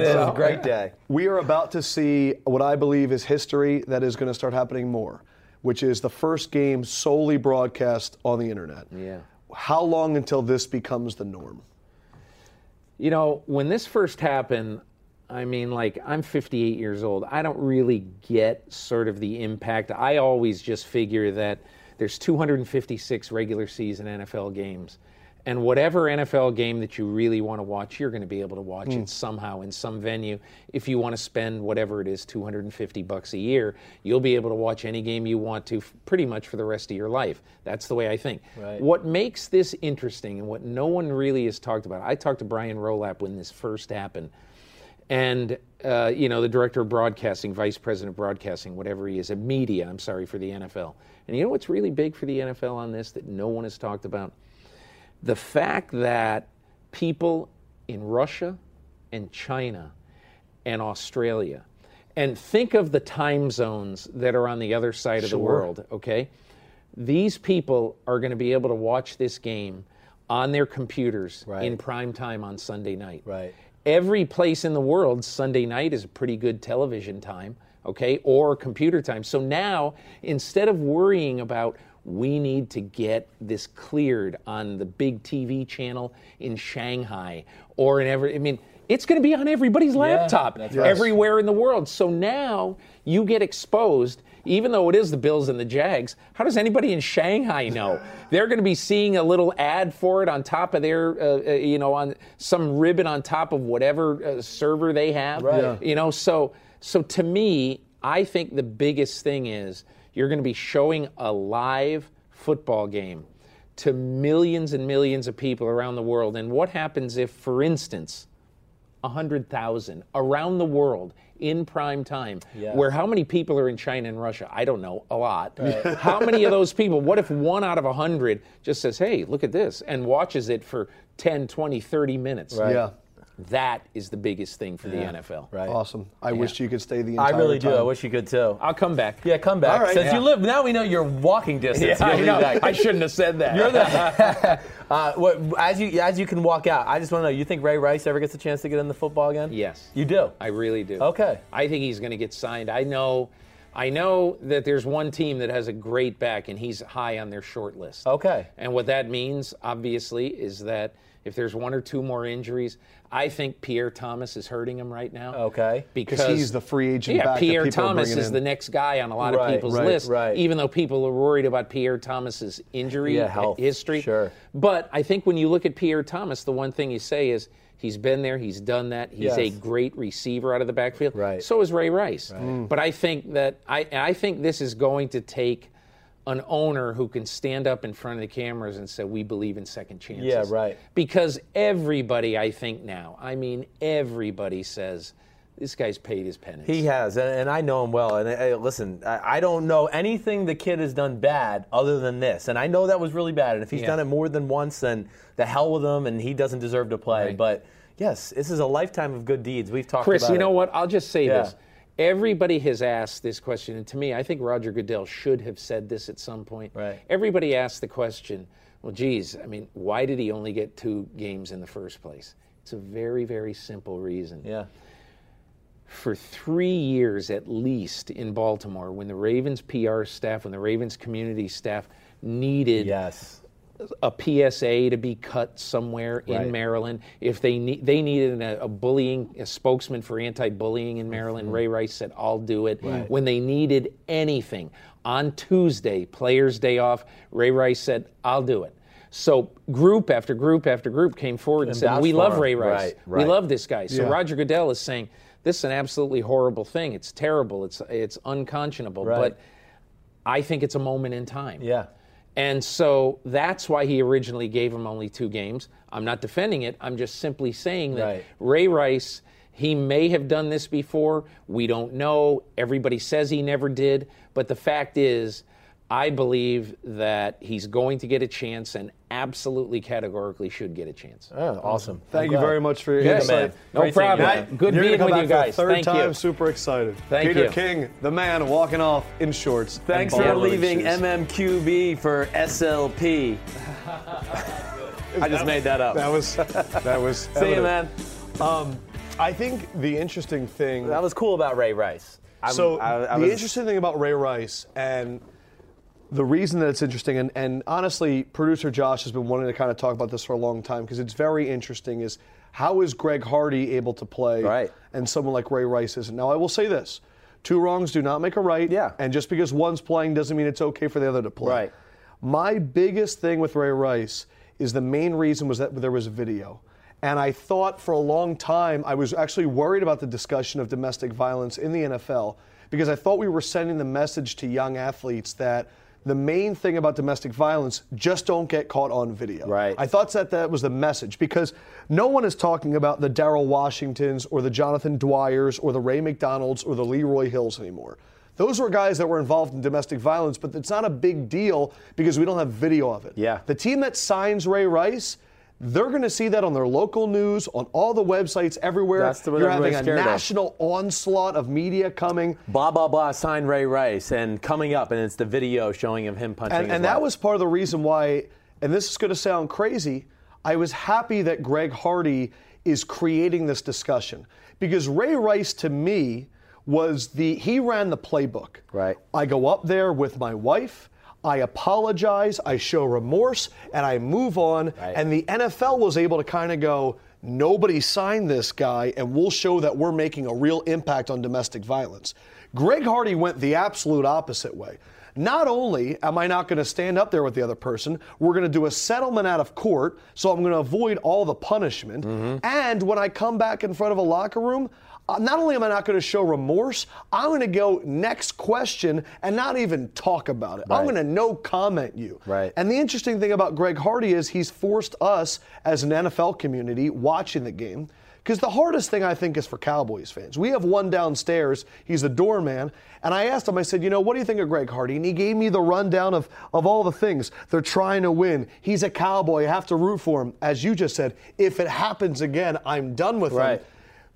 C: It is
E: so-
C: a great day.
B: We are about to see what I believe is history that is going to start happening more, which is the first game solely broadcast on the internet.
E: Yeah.
B: How long until this becomes the norm?
E: You know, when this first happened, I mean, like, I'm 58 years old. I don't really get sort of the impact. I always just figure that there's 256 regular season NFL games. And whatever NFL game that you really want to watch, you're going to be able to watch it somehow in some venue. If you want to spend whatever it is, 250 bucks a year, you'll be able to watch any game you want to f- pretty much for the rest of your life. That's the way I think.
C: Right.
E: What makes this interesting and what no one really has talked about, I talked to Brian Rolap when this first happened. And, uh, you know, the director of broadcasting, vice president of broadcasting, whatever he is, at media, I'm sorry, for the NFL. And you know what's really big for the NFL on this that no one has talked about? the fact that people in Russia and China and Australia, and think of the time zones that are on the other side of the world, okay? These people are going to be able to watch this game on their computers in prime time on Sunday night.
C: Right.
E: Every place in the world, Sunday night is a pretty good television time, okay, or computer time. So now, instead of worrying about we need to get this cleared on the big TV channel in Shanghai or in every. I mean, it's going to be on everybody's laptop
C: that's right.
E: everywhere in the world. So now you get exposed. Even though it is the Bills and the Jags, how does anybody in Shanghai know? They're going to be seeing a little ad for it on top of their, uh, uh, you know, on some ribbon on top of whatever uh, server they have.
C: Right. Yeah.
E: You know, so so to me, I think the biggest thing is you're going to be showing a live football game to millions and millions of people around the world. And what happens if, for instance, 100,000 around the world in prime time,
C: Yeah.
E: where how many people are in China and Russia? I don't know, a lot. how many of those people, what if one out of 100 just says, hey, look at this, and watches it for 10, 20, 30 minutes?
B: Yeah.
E: That is the biggest thing for the NFL.
C: Right.
B: Awesome. I wish you could stay the
C: I
B: entire
C: really do.
B: time.
C: I wish you could too.
E: I'll come back.
C: yeah, come back.
B: All right.
C: Since
B: Yeah.
C: you live now, we know you're walking distance.
E: I,
C: You'll be
E: know.
C: back.
E: I shouldn't have said that.
C: You're the, uh, what, as you as you can walk out, I just want to know. You think Ray Rice ever gets a chance to get in the football again?
E: Yes.
C: you do.
E: I really do.
C: Okay.
E: I think he's going to get signed. I know, I know that there's one team that has a great back, and he's high on their short list.
C: Okay.
E: And what that means, obviously, is that if there's one or two more injuries, I think Pierre Thomas is hurting him right now.
C: Okay.
E: Because
B: he's the free agent
E: Yeah,
B: back that
E: Pierre
B: people are
E: Thomas
B: bringing
E: is
B: in.
E: the next guy on a lot
C: Right,
E: of people's
C: right,
E: list.
C: right.
E: Even though people are worried about Pierre Thomas's injury
C: Yeah, health,
E: history.
C: sure.
E: But I think when you look at Pierre Thomas, the one thing you say is he's been there, he's done that. He's a
C: Yes.
E: great receiver out of the backfield.
C: Right.
E: So is Ray Rice. But I think that I, I think this is going to take an owner who can stand up in front of the cameras and say we believe in second chances.
C: Yeah, right.
E: Because everybody, I think now, I mean everybody says this guy's paid his penance.
C: He has, and, and I know him well. And uh, listen, I, I don't know anything the kid has done bad other than this. And I know that was really bad. And if he's
E: Yeah.
C: done it more than once, then the hell with him, and he doesn't deserve to play.
E: Right.
C: But yes, this is a lifetime of good deeds. We've talked
E: Chris,
C: about
E: you know
C: it.
E: what? I'll just say
C: Yeah.
E: this. Everybody has asked this question, and to me, I think Roger Goodell should have said this at some point.
C: Right.
E: Everybody asked the question, well, geez, I mean, why did he only get two games in the first place? It's a very, very simple reason.
C: Yeah.
E: For three years at least in Baltimore, when the Ravens PR staff, when the Ravens community staff needed
C: Yes.
E: a PSA to be cut somewhere
C: Right.
E: in Maryland. If they need, they needed a, a bullying a spokesman for anti-bullying in Maryland.
C: Mm-hmm.
E: Ray Rice said, "I'll do it." When they needed anything on Tuesday, Players' Day off, Ray Rice said, "I'll do it." So group after group after group came forward and,
C: And
E: said,
C: vouched
E: "We
C: for
E: love
C: him."
E: Ray Rice.
C: Right,
E: We
C: right.
E: love this guy." So
B: Yeah.
E: Roger Goodell is saying, "This is an absolutely horrible thing. It's terrible. It's it's unconscionable."
C: Right.
E: But I think it's a moment in time.
C: Yeah.
E: And so that's why he originally gave him only two games. I'm not defending it. I'm just simply saying that
C: Right.
E: Ray Rice, he may have done this before. We don't know. Everybody says he never did. But the fact is, I believe that he's going to get a chance and absolutely categorically should get a chance.
C: Oh, awesome.
B: Thank you very much for your
E: Yes,
B: insight.
E: man. No
C: Great seeing you,
E: problem.
C: man.
E: Good
B: You're
E: being
B: gonna
E: with
B: come
E: you
B: back
E: guys.
B: For the third
E: Thank
B: time,
E: you.
B: super excited.
E: Thank
B: Peter
E: you.
B: King, the man walking off in shorts. and
C: Thanks for
B: Barber
C: leaving
B: shoes.
C: MMQB for SLP. I just made that up.
B: That was that was.
C: See you, man.
B: Um, I think the interesting thing.
C: That was cool about Ray Rice. I'm-
B: so
C: I- I
B: the
C: was-
B: interesting thing about Ray Rice and the reason that it's interesting, and, and honestly, producer Josh has been wanting to kind of talk about this for a long time because it's very interesting. Is how is Greg Hardy able to play,
C: Right.
B: and someone like Ray Rice isn't? Now, I will say this: two wrongs do not make a right.
C: Yeah.
B: And just because one's playing doesn't mean it's okay for the other to play.
C: Right.
B: My biggest thing with Ray Rice is the main reason was that there was video. And I thought for a long time, I was actually worried about the discussion of domestic violence in the NFL because I thought we were sending the message to young athletes that the main thing about domestic violence just don't get caught on video.
C: Right.
B: I thought that that was the message because no one is talking about the Daryl Washingtons or the Jonathan Dwyers or the Ray McDonalds or the Leroy Hills anymore. Those were guys that were involved in domestic violence, but it's not a big deal because we don't have video of it.
C: Yeah.
B: The team that signs Ray Rice, they're going to see that on their local news, on all the websites everywhere.
C: That's the- what
B: You're
C: everybody's
B: having a
C: scared of.
B: national onslaught of media coming.
C: blah blah blah signed Ray Rice and coming up and it's the video showing of him punching.
B: and,
C: his
B: and that
C: wife.
B: was part of the reason why and this is going to sound crazy i was happy that greg hardy is creating this discussion because ray rice to me was the he ran the playbook
C: Right.
B: i go up there with my wife I apologize, I show remorse, and I move on. And the NFL was able to kind of go, nobody signed this guy, and we'll show that we're making a real impact on domestic violence. Greg Hardy went the absolute opposite way. Not only am I not going to stand up there with the other person, we're going to do a settlement out of court, so I'm going to avoid all the punishment. And when I come back in front of a locker room, uh, not only am I not going to show remorse, I'm going to go next question and not even talk about it. I'm going to no comment you.
C: Right.
B: And the interesting thing about Greg Hardy is he's forced us as an NFL community watching the game. Because the hardest thing I think is for Cowboys fans. We have one downstairs, he's the doorman, and I asked him, I said, you know, what do you think of Greg Hardy? And he gave me the rundown of, of all the things. They're trying to win. He's a cowboy, I have to root for him. As you just said, if it happens again, I'm done with
C: Right.
B: him.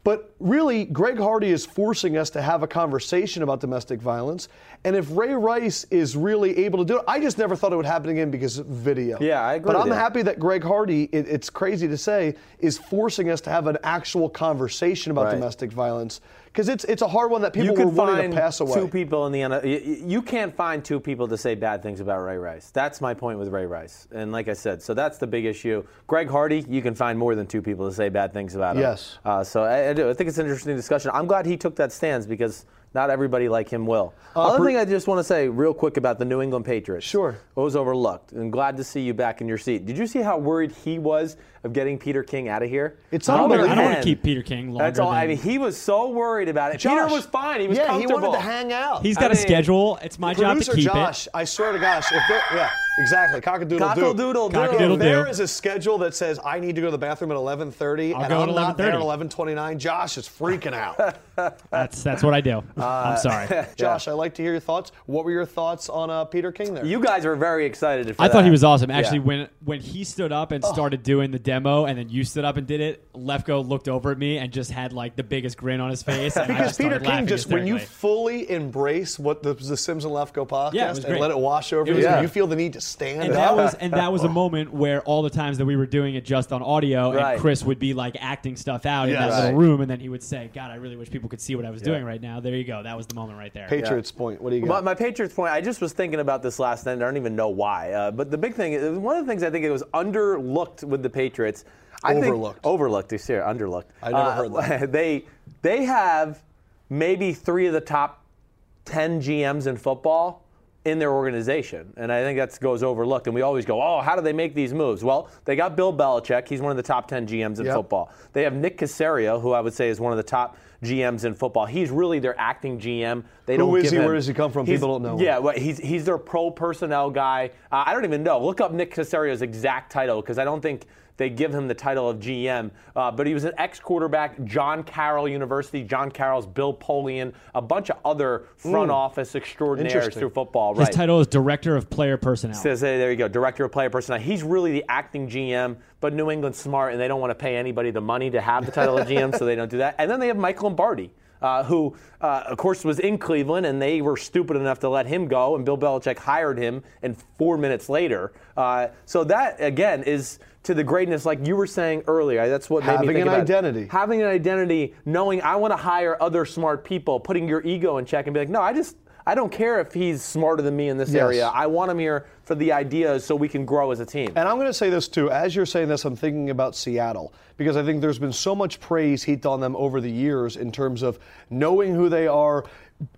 B: But really, Greg Hardy is forcing us to have a conversation about domestic violence. And if Ray Rice is really able to do it, I just never thought it would happen again because of video.
C: Yeah, I agree
B: But
C: with
B: I'm
C: you.
B: happy that Greg Hardy, it, it's crazy to say, is forcing us to have an actual conversation about
C: Right.
B: domestic violence because it's it's a hard one that people
C: you
B: were
C: can
B: willing
C: find
B: to pass away.
C: two people in the N- you, you can't find two people to say bad things about Ray Rice. That's my point with Ray Rice. And like I said, so that's the big issue. Greg Hardy, you can find more than two people to say bad things about him.
B: Yes.
C: Uh, so I, I do. I think it's an interesting discussion. I'm glad he took that stance because not everybody like him will. Other
B: Uh, per-
C: thing I just want to say real quick about the New England Patriots.
B: Sure.
C: It was overlooked. And glad to see you back in your seat. Did you see how worried he was of getting Peter King out of here?
B: It's
D: I don't,
B: Number
D: wanna- I don't want
C: Ten.
D: to keep Peter King longer.
C: That's all. I
D: than-
C: mean, he was so worried about it. Peter
B: Josh.
C: was fine. He was
B: yeah, he
C: comfortable.
B: wanted to hang out.
D: He's got
C: I
D: a
C: mean,
D: schedule. It's my job to
B: Producer
D: keep
B: Josh, I swear to gosh, if there, yeah, exactly, cockadoodle
C: Cockle-doodle-doo.
B: If
D: Cock-a-doodle-doo.
B: there is a schedule that says I need to go to the bathroom at 11:30
D: I'll
B: and
D: go
B: I'm
D: at
B: not there at
D: 11:30.
B: 11:29, Josh is freaking out.
D: it. That's that's what I do.
B: Uh,
D: I'm sorry.
B: Josh, I'd like to hear your thoughts. What were your thoughts on uh, Peter King there?
C: You guys were very excited. For
D: I thought
C: that.
D: he was awesome. Actually,
C: Yeah.
D: when when he stood up
B: Oh.
D: and started doing the demo, and then you stood up and did it, Lefko looked over at me and just had like the biggest grin on his face. And I
B: because
D: just started
B: Peter King
D: laughing
B: just when you
D: hysterically.
B: fully embrace what the, the Sims and Left Go podcast
D: Yeah, it was
B: and
D: great.
B: let it wash over
D: It
B: you,
D: was
B: and
D: great.
B: you feel the need to stand
D: and
B: up.
D: that was and that was a moment where all the times that we were doing it just on audio
C: Right.
D: and Chris would be like acting stuff out in that
B: Yes.
D: little room and then he would say, God, I really wish people could see what I was doing right now. There you go. That was the moment right there.
B: Patriots point. What do you got?
C: My, my Patriots point. I just was thinking about this last night. and I don't even know why. Uh, but the big thing, is- one of the things I think it was underlooked with the Patriots. I think-
B: Overlooked.
C: overlooked. You see, underlooked. I
B: never heard that.
C: They they have maybe three of the top ten GMs in football in their organization, and I think that goes overlooked. And we always go, oh, how do they make these moves? Well, they got Bill Belichick. He's one of the top ten GMs in
B: Yep.
C: football. They have Nick Casario, who I would say is one of the top. GMs in football. He's really their acting GM. They
B: Who
C: don't
B: is
C: give
B: he?
C: him-
B: Where does he come from?
C: He's-
B: People don't know him.
C: Yeah, well, he's he's their pro personnel guy. Uh, I don't even know. Look up Nick Casario's exact title because I don't think they give him the title of GM. Uh, but he was an ex quarterback, John Carroll University, John Carroll's Bill Polian, a bunch of other front office extraordinaires
B: Hmm. Interesting.
C: through football.
D: His
C: right.
D: title is Director of Player Personnel.
C: Says, hey, there you go, director of player personnel. He's really the acting GM, but New England's smart and they don't want to pay anybody the money to have the title of GM, so they don't do that. And then they have Mike Lombardi, uh, who, uh, of course, was in Cleveland and they were stupid enough to let him go, and Bill Belichick hired him, and four minutes later. Uh, so that, again, is to the greatness, like you were saying earlier. That's what made
B: Having
C: me think
B: an
C: about it.
B: identity.
C: Having an identity, knowing I want to hire other smart people, putting your ego in check and be like, no, I just. I don't care if he's smarter than me in this
B: Yes.
C: area. I want him here for the ideas so we can grow as a team.
B: And I'm going to say this too. As you're saying this, I'm thinking about Seattle because I think there's been so much praise heaped on them over the years in terms of knowing who they are,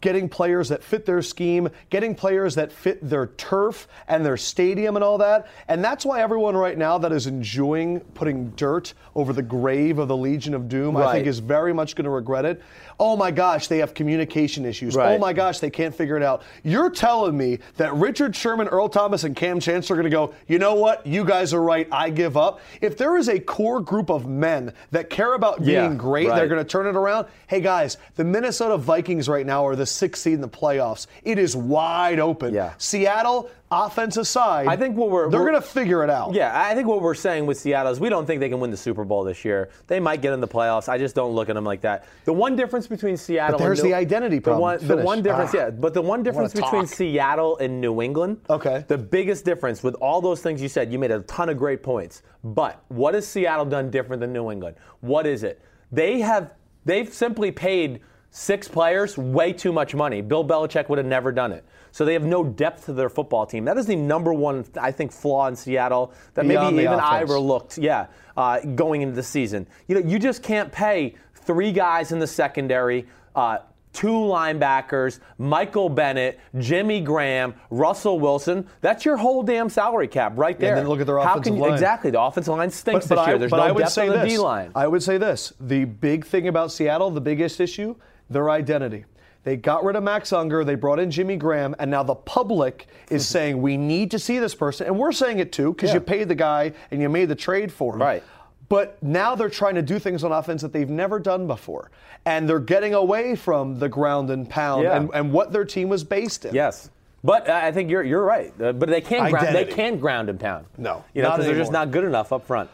B: getting players that fit their scheme, getting players that fit their turf and their stadium and all that. And that's why everyone right now that is enjoying putting dirt over the grave of the Legion of Doom, I think,
C: Right.
B: is very much going to regret it. Oh my gosh, they have communication issues. Oh
C: Right.
B: my gosh, they can't figure it out. You're telling me that Richard Sherman, Earl Thomas, and Cam Chancellor are going to go, you know what? You guys are right. I give up. If there is a core group of men that care about
C: Yeah,
B: being great,
C: right.
B: they're going to turn it around. Hey, guys, the Minnesota Vikings right now are the sixth seed in the playoffs. It is wide open.
C: Yeah.
B: Seattle, offense aside,
C: I think what we're-
B: they're
C: we're-
B: going to figure it out.
C: yeah, I think what we're saying with Seattle is we don't think they can win the Super Bowl this year. They might get in the playoffs. I just don't look at them like that. The one difference between Seattle
B: there's
C: and
B: the identity problem.
C: The one, the
B: Finish.
C: one difference,
B: Ah.
C: yeah, but the one difference between
B: talk.
C: Seattle and New England.
B: Okay.
C: The biggest difference with all those things you said, you made a ton of great points. But what has Seattle done different than New England? What is it? They have they've simply paid Six players, way too much money. Bill Belichick would have never done it. So they have no depth to their football team. That is the number one, I think, flaw in Seattle that
H: Beyond
C: maybe
H: the
C: even I
H: offense.
C: overlooked. Yeah, uh, going into the season, you know, you just can't pay three guys in the secondary. Uh, Two linebackers, Michael Bennett, Jimmy Graham, Russell Wilson. That's your whole damn salary cap right there.
B: then look at their
C: How
B: offensive
C: can you,
B: line.
C: Exactly. The offensive line stinks
B: but
C: this
B: I-
C: year. There's
B: but
C: no
B: I would
C: depth
B: say
C: on the
B: this.
C: D line.
B: I would say this: the big thing about Seattle, the biggest issue, their identity. They got rid of Max Unger, they brought in Jimmy Graham, and now the public is
C: Mm-hmm.
B: saying we need to see this person, and we're saying it too because you paid the guy and you made the trade for him.
C: Right.
B: But now they're trying to do things on offense that they've never done before, and they're getting away from the ground and pound
C: Yeah.
B: and, and what their team was based in.
C: Yes. But uh, I think you're, you're right. Uh, but they can ground, they
B: Identity.
C: can ground and pound.
B: No,
C: you know,
B: not
C: because they're just
B: anymore.
C: not good enough up front.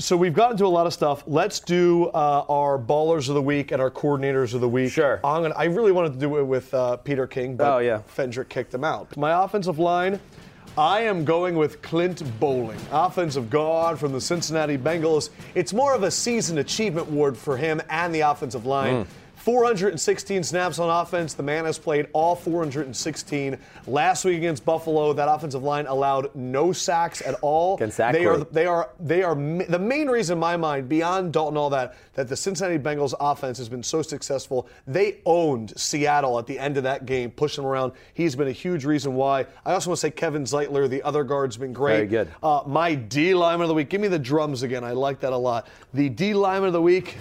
B: So we've gotten to a lot of stuff. Let's do uh, our ballers of the week and our coordinators of the week.
C: Sure.
B: I'm gonna, I really wanted to do it with uh, Peter King, but
C: Oh, yeah.
B: Fendrick kicked him out. My offensive line, I am going with Clint Bowling, offensive guard from the Cincinnati Bengals. It's more of a season achievement award for him and the offensive
C: Mm.
B: line. 416 snaps on offense. The man has played all 416. Last week against Buffalo, that offensive line allowed no sacks at all.
C: Against that
B: They are
C: group.
B: they are they are ma- the main reason in my mind beyond Dalton all that that the Cincinnati Bengals offense has been so successful. They owned Seattle at the end of that game, pushing them around. He's been a huge reason why. I also want to say Kevin Zeitler, the other guard's been great.
C: Very good.
B: Uh, my D lineman of the week. Give me the drums again. I like that a lot. The D lineman of the week,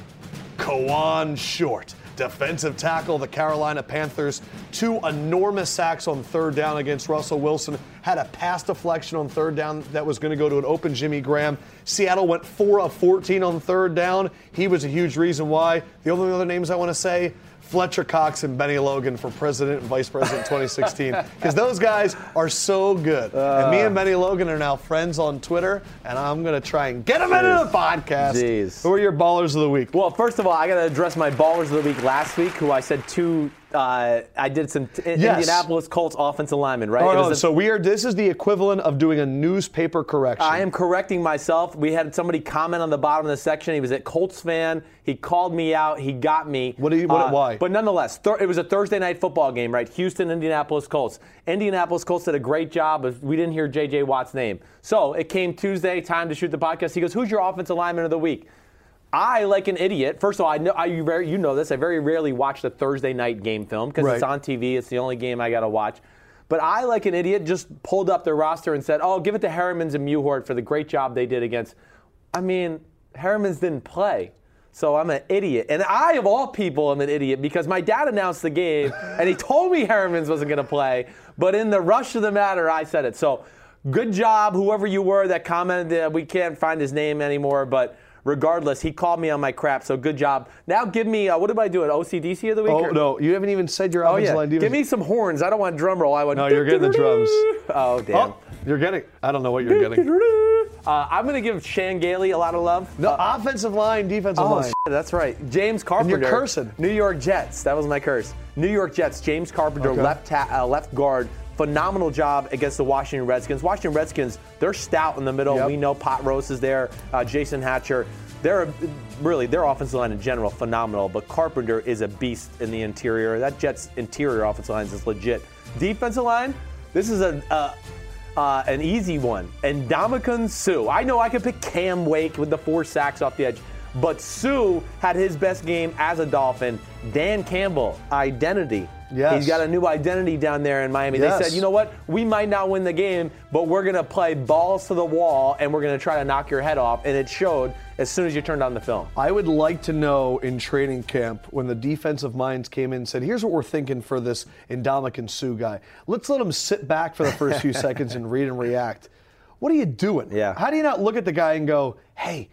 B: Kawan Short, defensive tackle, of the Carolina Panthers. Two enormous sacks on third down against Russell Wilson. Had a pass deflection on third down that was going to go to an open Jimmy Graham. Seattle went 4 of 14 on third down. He was a huge reason why. The only other names I want to say, Fletcher Cox and Benny Logan for president and vice president 2016 because those guys are so good. and me
C: Uh.
B: and Benny Logan are now friends on Twitter, and I'm going to try and get them into the podcast.
C: Jeez.
B: Who are your ballers of the week?
C: Well, first of all, I got to address my ballers of the week last week, who I said two. Uh, I did some t-
B: Yes.
C: Indianapolis Colts offensive linemen, right?
B: Oh,
C: It was
B: no,
C: the-
B: so we are. This is the equivalent of doing a newspaper correction.
C: I am correcting myself. We had somebody comment on the bottom of the section. He was at Colts fan. He called me out. He got me. Uh,
B: What do you- what- why?
C: But nonetheless, thir- it was a Thursday night football game, right? Houston, Indianapolis Colts. Indianapolis Colts did a great job. Of, we didn't hear J.J. Watt's name. So it came Tuesday, time to shoot the podcast. He goes, "Who's your offensive lineman of the week?" I, like an idiot, first of all, I know I, you, very, you know this. I very rarely watch the Thursday night game film because it's
B: Right.
C: on TV. It's the only game I got to watch. But I, like an idiot, just pulled up their roster and said, "Oh, give it to Harriman's and Muhort for the great job they did against." I mean, Harriman's didn't play, so I'm an idiot, and I, of all people, am an idiot because my dad announced the game and he told me Harriman's wasn't going to play. But in the rush of the matter, I said it. So, good job, whoever you were that commented. that we can't find his name anymore, but. Regardless, he called me on my crap, so good job. Now give me, uh, what did I do, an OCDC of the week?
B: oh
C: or-
B: no, you haven't even said your
C: Oh
B: offensive
C: yeah,
B: line.
C: give me some horns. I don't want drum roll. I want.
B: No, you're getting the drums.
C: Oh damn.
B: Oh, you're getting. I don't know what you're getting.
C: Uh, I'm gonna give Shan Gailey a lot of love.
B: The
C: Uh,
B: offensive line, defensive
C: oh,
B: line.
C: shit, that's right. James Carpenter.
B: you're cursing.
C: New York Jets. That was my curse. New York Jets. James Carpenter,
B: Okay.
C: left ta- uh, left guard. Phenomenal job against the Washington Redskins. Washington Redskins. They're stout in the middle.
B: Yep.
C: We know Pot Roast is there. Uh, Jason Hatcher. They're a- really their offensive line in general phenomenal, but Carpenter is a beast in the interior. That Jets interior offensive line is legit. Defensive line. This is a. a uh, an easy one. And Dominican Sue. I know I could pick Cam Wake with the four sacks off the edge, but Sue had his best game as a Dolphin. Dan Campbell, identity.
B: Yes.
C: He's got a new identity down there in Miami. They
B: Yes.
C: said, you know what? We might not win the game, but we're going to play balls to the wall and we're going to try to knock your head off. And it showed as soon as you turned on the film.
B: I would like to know in training camp when the defensive minds came in and said, here's what we're thinking for this Indomitian Sue guy. Let's let him sit back for the first few seconds and read and react. What are you doing?
C: Yeah.
B: How do you not look at the guy and go, hey,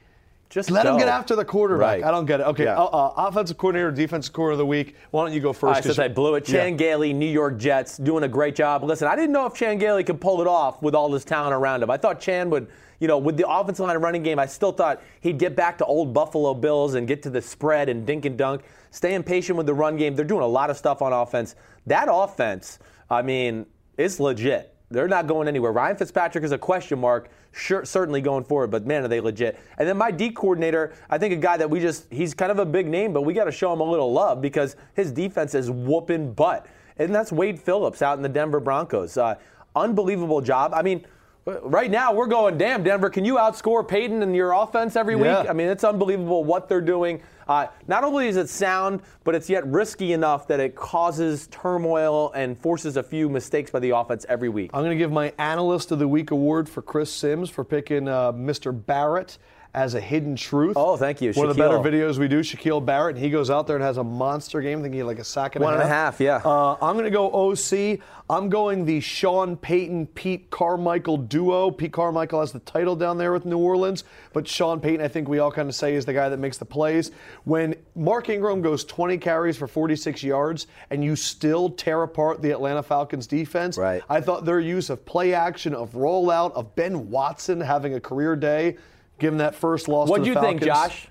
C: Just
B: let him
C: go.
B: get after the quarterback?
C: Right.
B: I don't get it. Okay,
C: Yeah.
B: uh, uh, offensive coordinator, defensive coordinator of the week. Why don't you go
C: All
B: first?
C: right, since I blew it, Chan Gailey, New York Jets, doing a great job. Listen, I didn't know if Chan Gailey could pull it off with all this talent around him. I thought Chan would, you know, with the offensive line and running game, I still thought he'd get back to old Buffalo Bills and get to the spread and dink and dunk. Staying patient with the run game. They're doing a lot of stuff on offense. That offense, I mean, it's legit. They're not going anywhere. Ryan Fitzpatrick is a question mark, sure, certainly going forward, but man, are they legit. And then my D coordinator, I think a guy that we just, he's kind of a big name, but we got to show him a little love because his defense is whooping butt. And that's Wade Phillips out in the Denver Broncos. Uh, unbelievable job. I mean, Right now, we're going, damn, Denver, can you outscore Peyton in your offense every
B: Yeah.
C: week? I mean, it's unbelievable what they're doing. Uh, not only is it sound, but it's yet risky enough that it causes turmoil and forces a few mistakes by the offense every week.
B: I'm going to give my Analyst of the Week award for Chris Sims for picking uh, Mr. Barrett as a hidden truth.
C: Oh, thank you,
B: One of the better
C: Shaquille.
B: videos we do, Shaquille Barrett, and he goes out there and has a monster game. I think he had like a sack and
C: One
B: a
C: and a
B: half.
C: half, yeah.
B: Uh, I'm going to go OC. I'm going the Sean Payton Pete Carmichael duo. Pete Carmichael has the title down there with New Orleans, but Sean Payton, I think we all kind of say, is the guy that makes the plays. When Mark Ingram goes 20 carries for 46 yards and you still tear apart the Atlanta Falcons defense,
C: Right.
B: I thought their use of play action, of rollout, of Ben Watson having a career day, given that first loss
C: What
B: to
C: do
B: the
C: you think,
B: Falcons-
C: Josh?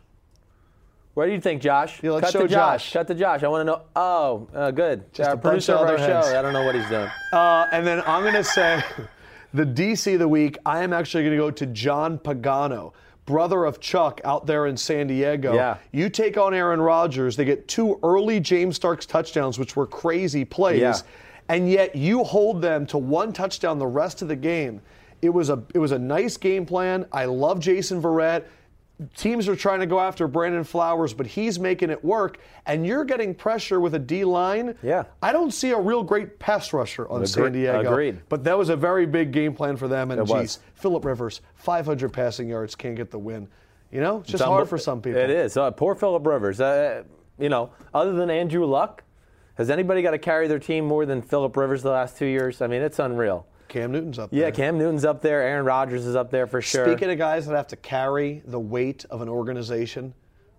C: What do you think, Josh?
B: Yeah, let's
C: Cut
B: show
C: to Josh.
B: Josh.
C: Cut to Josh. I want to know. Oh, uh, good.
B: Just
C: our
B: a bunch
C: producer
B: of
C: of our
B: other heads.
C: show. I don't know what he's doing.
B: Uh, and then I'm going to say the DC of the week, I am actually going to go to John Pagano, brother of Chuck out there in San Diego.
C: Yeah.
B: You take on Aaron Rodgers, they get two early James Starks touchdowns, which were crazy plays.
C: Yeah.
B: And yet you hold them to one touchdown the rest of the game. It was a it was a nice game plan. I love Jason Verrett. Teams are trying to go after Brandon Flowers, but he's making it work, and you're getting pressure with a D line.
C: Yeah.
B: I don't see a real great pass rusher on San Diego.
C: Agreed.
B: But that was a very big game plan for them. And
C: It was.
B: geez, Philip Rivers, 500 passing yards, can't get the win. You know, it's just
C: It's
B: hard
C: unbe-
B: for some people.
C: It is. Uh, poor Philip Rivers. Uh, you know, other than Andrew Luck, has anybody got to carry their team more than Philip Rivers the last two years? I mean, it's unreal.
B: Cam Newton's up
C: Yeah,
B: there.
C: Cam Newton's up there. Aaron Rodgers is up there for sure.
B: Speaking of guys that have to carry the weight of an organization,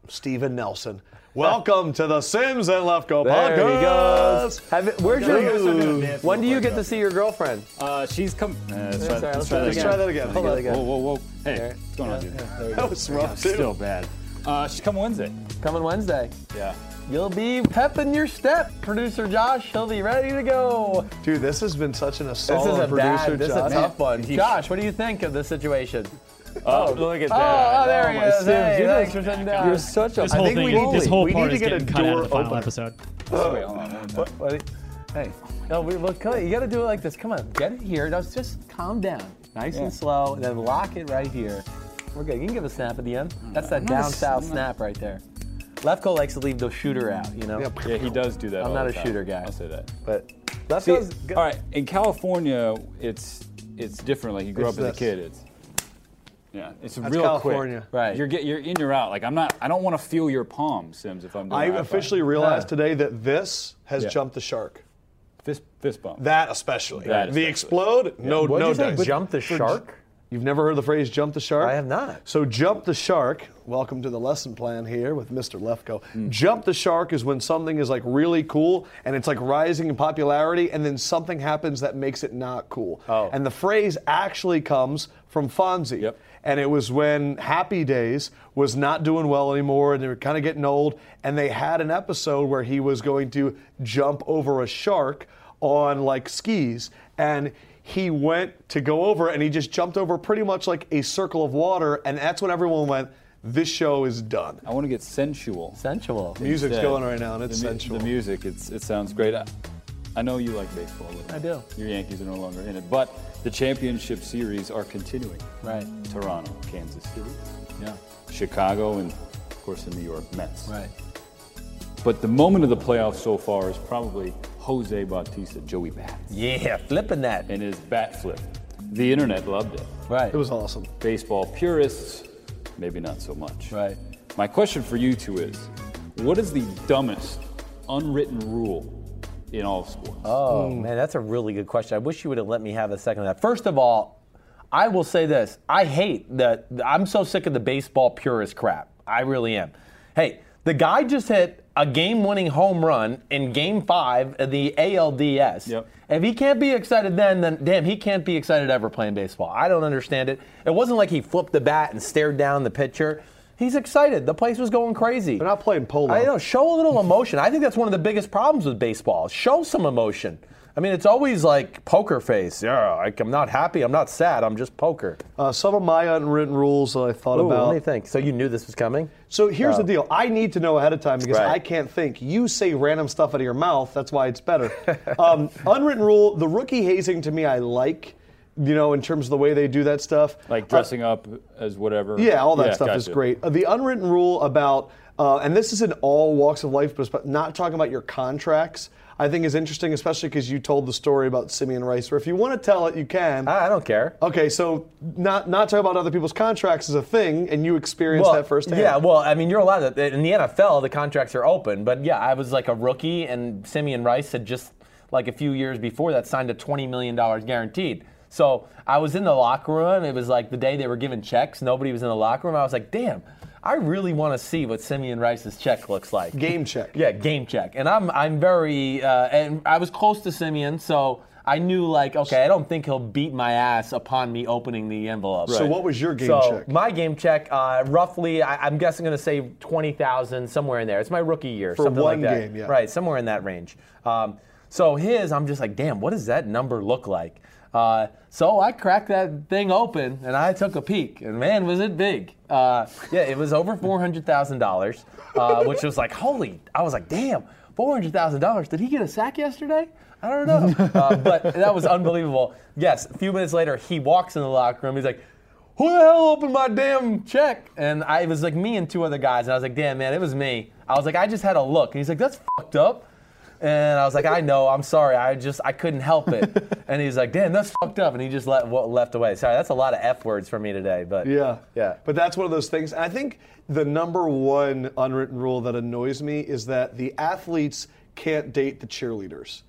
B: Steven Nelson. Welcome to the Sims and Lefko
C: there
B: podcast.
C: he goes. Have it- where's
B: There
C: your?
B: he goes.
C: When do you get to see your girlfriend?
I: Uh, she's coming. Uh, let's
C: sorry, let's
I: let's
C: try that
B: Let's try that again. Hold on.
I: Whoa, whoa, whoa. Hey, what's going on, dude?
B: That was rough, too.
I: Still bad. Uh, she's coming Wednesday.
C: Coming Wednesday.
I: Yeah.
C: You'll be pepping your step, producer Josh. He'll be ready to go.
B: Dude, this has been such an assault
C: This is
B: on
C: a
B: producer
C: bad. This is a
B: Josh.
I: Man,
C: tough one.
I: he-
C: Josh, what do you think of the situation?
I: Oh, look at
C: Oh, oh, there
I: my
C: he is.
I: Sims,
C: Hey,
I: you know-
C: thanks for sitting down.
I: You're such a.
D: This whole
B: think
D: thing,
B: we
D: is-
B: need-
D: this whole
B: we
D: part
B: need
D: is
B: to get a
D: getting cut out of
B: door
D: the final
B: opener.
D: episode.
I: Wait, hold on, hold on.
C: What-
I: Hey,
C: No, we look good. You got to do it like this. Come on, get it here. Now just calm down, nice
I: Yeah.
C: and slow, and then lock it right here. We're good. You can give a snap at the end. That's that
I: Mm, not a
C: down south
I: snap.
C: snap right there. Lefko likes to leave the shooter out, you know.
B: Yeah.
I: yeah, he does do that.
C: I'm
I: all
C: not
I: the
C: a
I: time.
C: shooter guy.
I: I'll say that.
C: But
I: See,
C: Lefko's good.
I: all right, in California, it's it's different. Like you grew
B: It's
I: up as
B: this.
I: a kid, it's yeah, it's
B: That's
I: real
B: California.
I: quick.
C: Right.
I: You're get you're in, you're out. Like I'm not. I don't want to feel your palm, Sims. If I'm doing
B: I
I: a high five.
B: officially realized today that this has
I: Yeah.
B: jumped the shark.
I: fist fist bump.
B: That especially.
I: That
B: The
I: especially.
B: explode? No,
C: What'd
B: no
C: you say?
B: dice.
C: Jump the shark?
B: You've never heard the phrase jump the shark?
C: I have not.
B: So, jump the shark, welcome to the lesson plan here with Mr. Lefko.
I: Hmm.
B: Jump the shark is when something is like really cool and it's like rising in popularity, and then something happens that makes it not cool.
C: Oh.
B: And the phrase actually comes from Fonzie.
I: Yep.
B: And it was when Happy Days was not doing well anymore and they were kind of getting old. And they had an episode where he was going to jump over a shark on like skis. And he went to go over and he just jumped over pretty much like a circle of water. And that's when everyone went, This show is done.
I: I want to get sensual.
C: sensual.
B: Music's
I: instead.
B: going right now and it's
I: the mu-
B: sensual.
I: The music, it's, it sounds great. I, I know you like baseball. a little.
C: I do.
I: Your Yankees are no longer in it, but the championship series are continuing.
C: Right.
I: Toronto, Kansas City, yeah, Chicago, and of course the New York Mets.
C: Right.
I: But the moment of the playoffs so far is probably Jose Bautista, Joey Bats,
C: Yeah, flipping that.
I: and his bat flip. The internet loved it.
C: Right.
B: it was awesome.
I: Baseball purists, maybe not so much.
C: Right.
I: My question for you two is what is the dumbest unwritten rule in all sports?
C: Oh man, that's a really good question. I wish you would have let me have a second of that. First of all, I will say this: I hate the. I'm so sick of the baseball purist crap. I really am. Hey, the guy just hit a game-winning home run in Game Five of the ALDS.
I: Yep.
C: If he can't be excited then, then damn, he can't be excited ever playing baseball. I don't understand it. It wasn't like he flipped the bat and stared down the pitcher. He's excited. The place was going crazy.
B: They're not playing polo.
C: I know. Show a little emotion. I think that's one of the biggest problems with baseball. Show some emotion. I mean, it's always like poker face. Yeah, like I'm not happy. I'm not sad. I'm just poker.
B: Uh, some of my unwritten rules that I thought
C: Ooh,
B: about.
C: Let me think. So you knew this was coming?
B: So here's
I: Oh.
B: the deal. I need to know ahead of time because
C: Right.
B: I can't think. You say random stuff out of your mouth. That's why it's better. um, unwritten rule: the rookie hazing to me, I like. You know, in terms of the way they do that stuff.
I: Like dressing up as whatever.
B: Yeah, all that stuff is
I: gotcha.
B: great. Uh, the unwritten rule about, uh, and this is in all walks of life, but not talking about your contracts, I think is interesting, especially because you told the story about Simeon Rice. Or if you want to tell it, you can.
C: I I don't care.
B: okay, so not not talking about other people's contracts is a thing, and you experienced that firsthand.
C: Yeah, well, I mean, you're allowed to. In the NFL, the contracts are open. But yeah, I was like a rookie, and Simeon Rice had just, like a few years before that, signed a $20 million guaranteed. So I was in the locker room. It was like the day they were giving checks. Nobody was in the locker room. I was like, damn, I really want to see what Simeon Rice's check looks like.
B: Game check.
C: Yeah, game check. And I'm I'm very uh, and I was close to Simeon, so I knew like okay, I don't think he'll beat my ass upon me opening the envelope.
B: So what was your game
C: So
B: check?
C: my game check, uh, roughly, I, I'm guessing going to say twenty thousand somewhere in there. It's my rookie year,
B: For
C: something
B: one
C: like that.
B: game, yeah.
C: Right, somewhere in that range. Um, so his, I'm just like, damn, what does that number look like? Uh, so I cracked that thing open and I took a peek, and man, was it big! Uh, yeah, it was over four hundred thousand dollars, uh, which was like, holy! I was like, damn, four hundred thousand dollars. Did he get a sack yesterday? I don't know, uh, but that was unbelievable. Yes, a few minutes later, he walks in the locker room. He's like, who the hell opened my damn check? And I it was like me and two other guys, and I was like, damn man, it was me. I was like, I just had a look, and he's like, that's fucked up. And I was like, I know, I'm sorry, I just I couldn't help it. and he's like, damn, that's fucked up, and he just let wa- left away. Sorry, that's a lot of f words for me today, but
B: Yeah.
C: yeah.
B: But that's one of those things. And I think the number one unwritten rule that annoys me is that the athletes can't date the cheerleaders.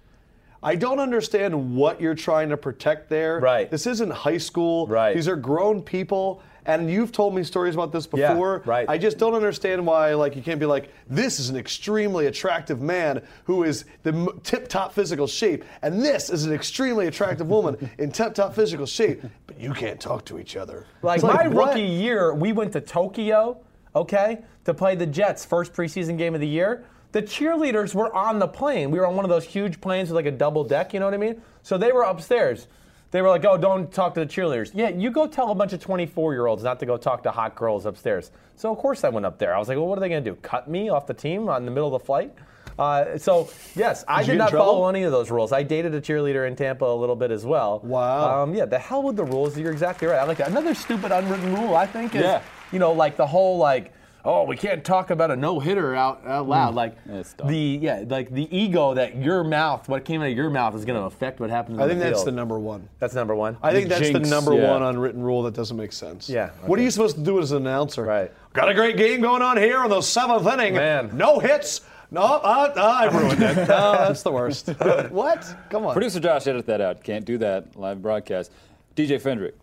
B: I don't understand what you're trying to protect there.
C: Right.
B: This isn't high school.
C: Right.
B: These are grown people. And you've told me stories about this
C: Yeah,
B: before.
C: right.
B: I just don't understand why, like, you can't be like, this is an extremely attractive man who is the tip-top physical shape, and this is an extremely attractive woman in tip-top physical shape, but you can't talk to each other. It's
C: Like, my
B: what?
C: rookie year, we went to Tokyo, okay, to play the Jets' first preseason game of the year. The cheerleaders were on the plane. We were on one of those huge planes with like a double deck, you know what I mean? So they were upstairs. They were like, oh, don't talk to the cheerleaders. Yeah, you go tell a bunch of 24 year olds not to go talk to hot girls upstairs. So, of course, I went up there. I was like, well, what are they going to do? Cut me off the team on the middle of the flight? Uh, so, yes, I
B: Did you
C: did,
B: get in
C: not
B: trouble?
C: follow any of those rules. I dated a cheerleader in Tampa a little bit as well.
B: Wow.
C: Um, yeah, the hell with the rules. You're exactly right. I like that. Another stupid unwritten rule, I think, is
I: Yeah.
C: you know, like the whole like, oh, we can't talk about a no hitter out, out loud. Like
I: That's dumb.
C: the yeah, like the ego that your mouth, what came out of your mouth, is going to affect what happens.
B: I
C: on
B: think
C: the
B: that's
C: field.
B: the number one.
C: That's number one.
B: I think
I: The
B: that's
I: jinx,
B: the number
I: yeah.
B: one unwritten rule that doesn't make sense.
C: Yeah,
B: What are
C: okay.
B: you supposed to do as an announcer?
C: Right.
B: Got a great game going on here in the seventh inning.
C: Man.
B: No hits. No, uh, uh, I ruined it. no, that's the worst. what? Come on.
I: Producer Josh, edit that out. Can't do that live broadcast. DJ Fendrick,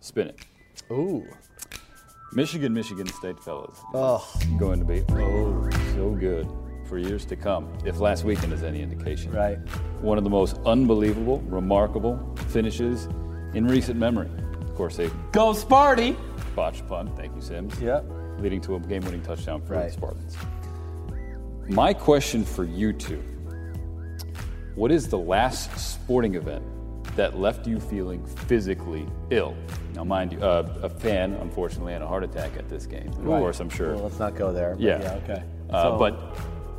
I: spin it.
B: Ooh.
I: Michigan, Michigan State fellas.
B: Oh.
I: Going to be oh so good for years to come, if last weekend is any indication.
C: Right.
I: One of the most unbelievable, remarkable finishes in recent memory. Of course, they
C: Go Sparty.
I: botched punt. Thank you, Sims.
C: Yep.
I: Leading to a game-winning touchdown for
C: Right.
I: the Spartans. My question for you two: What is the last sporting event that left you feeling physically ill? Now, mind you, uh, a fan unfortunately had a heart attack at this game. Of course, I'm sure.
C: Well, let's not go there. but
I: Yeah.
C: Yeah. Okay.
I: Uh,
C: So-
I: but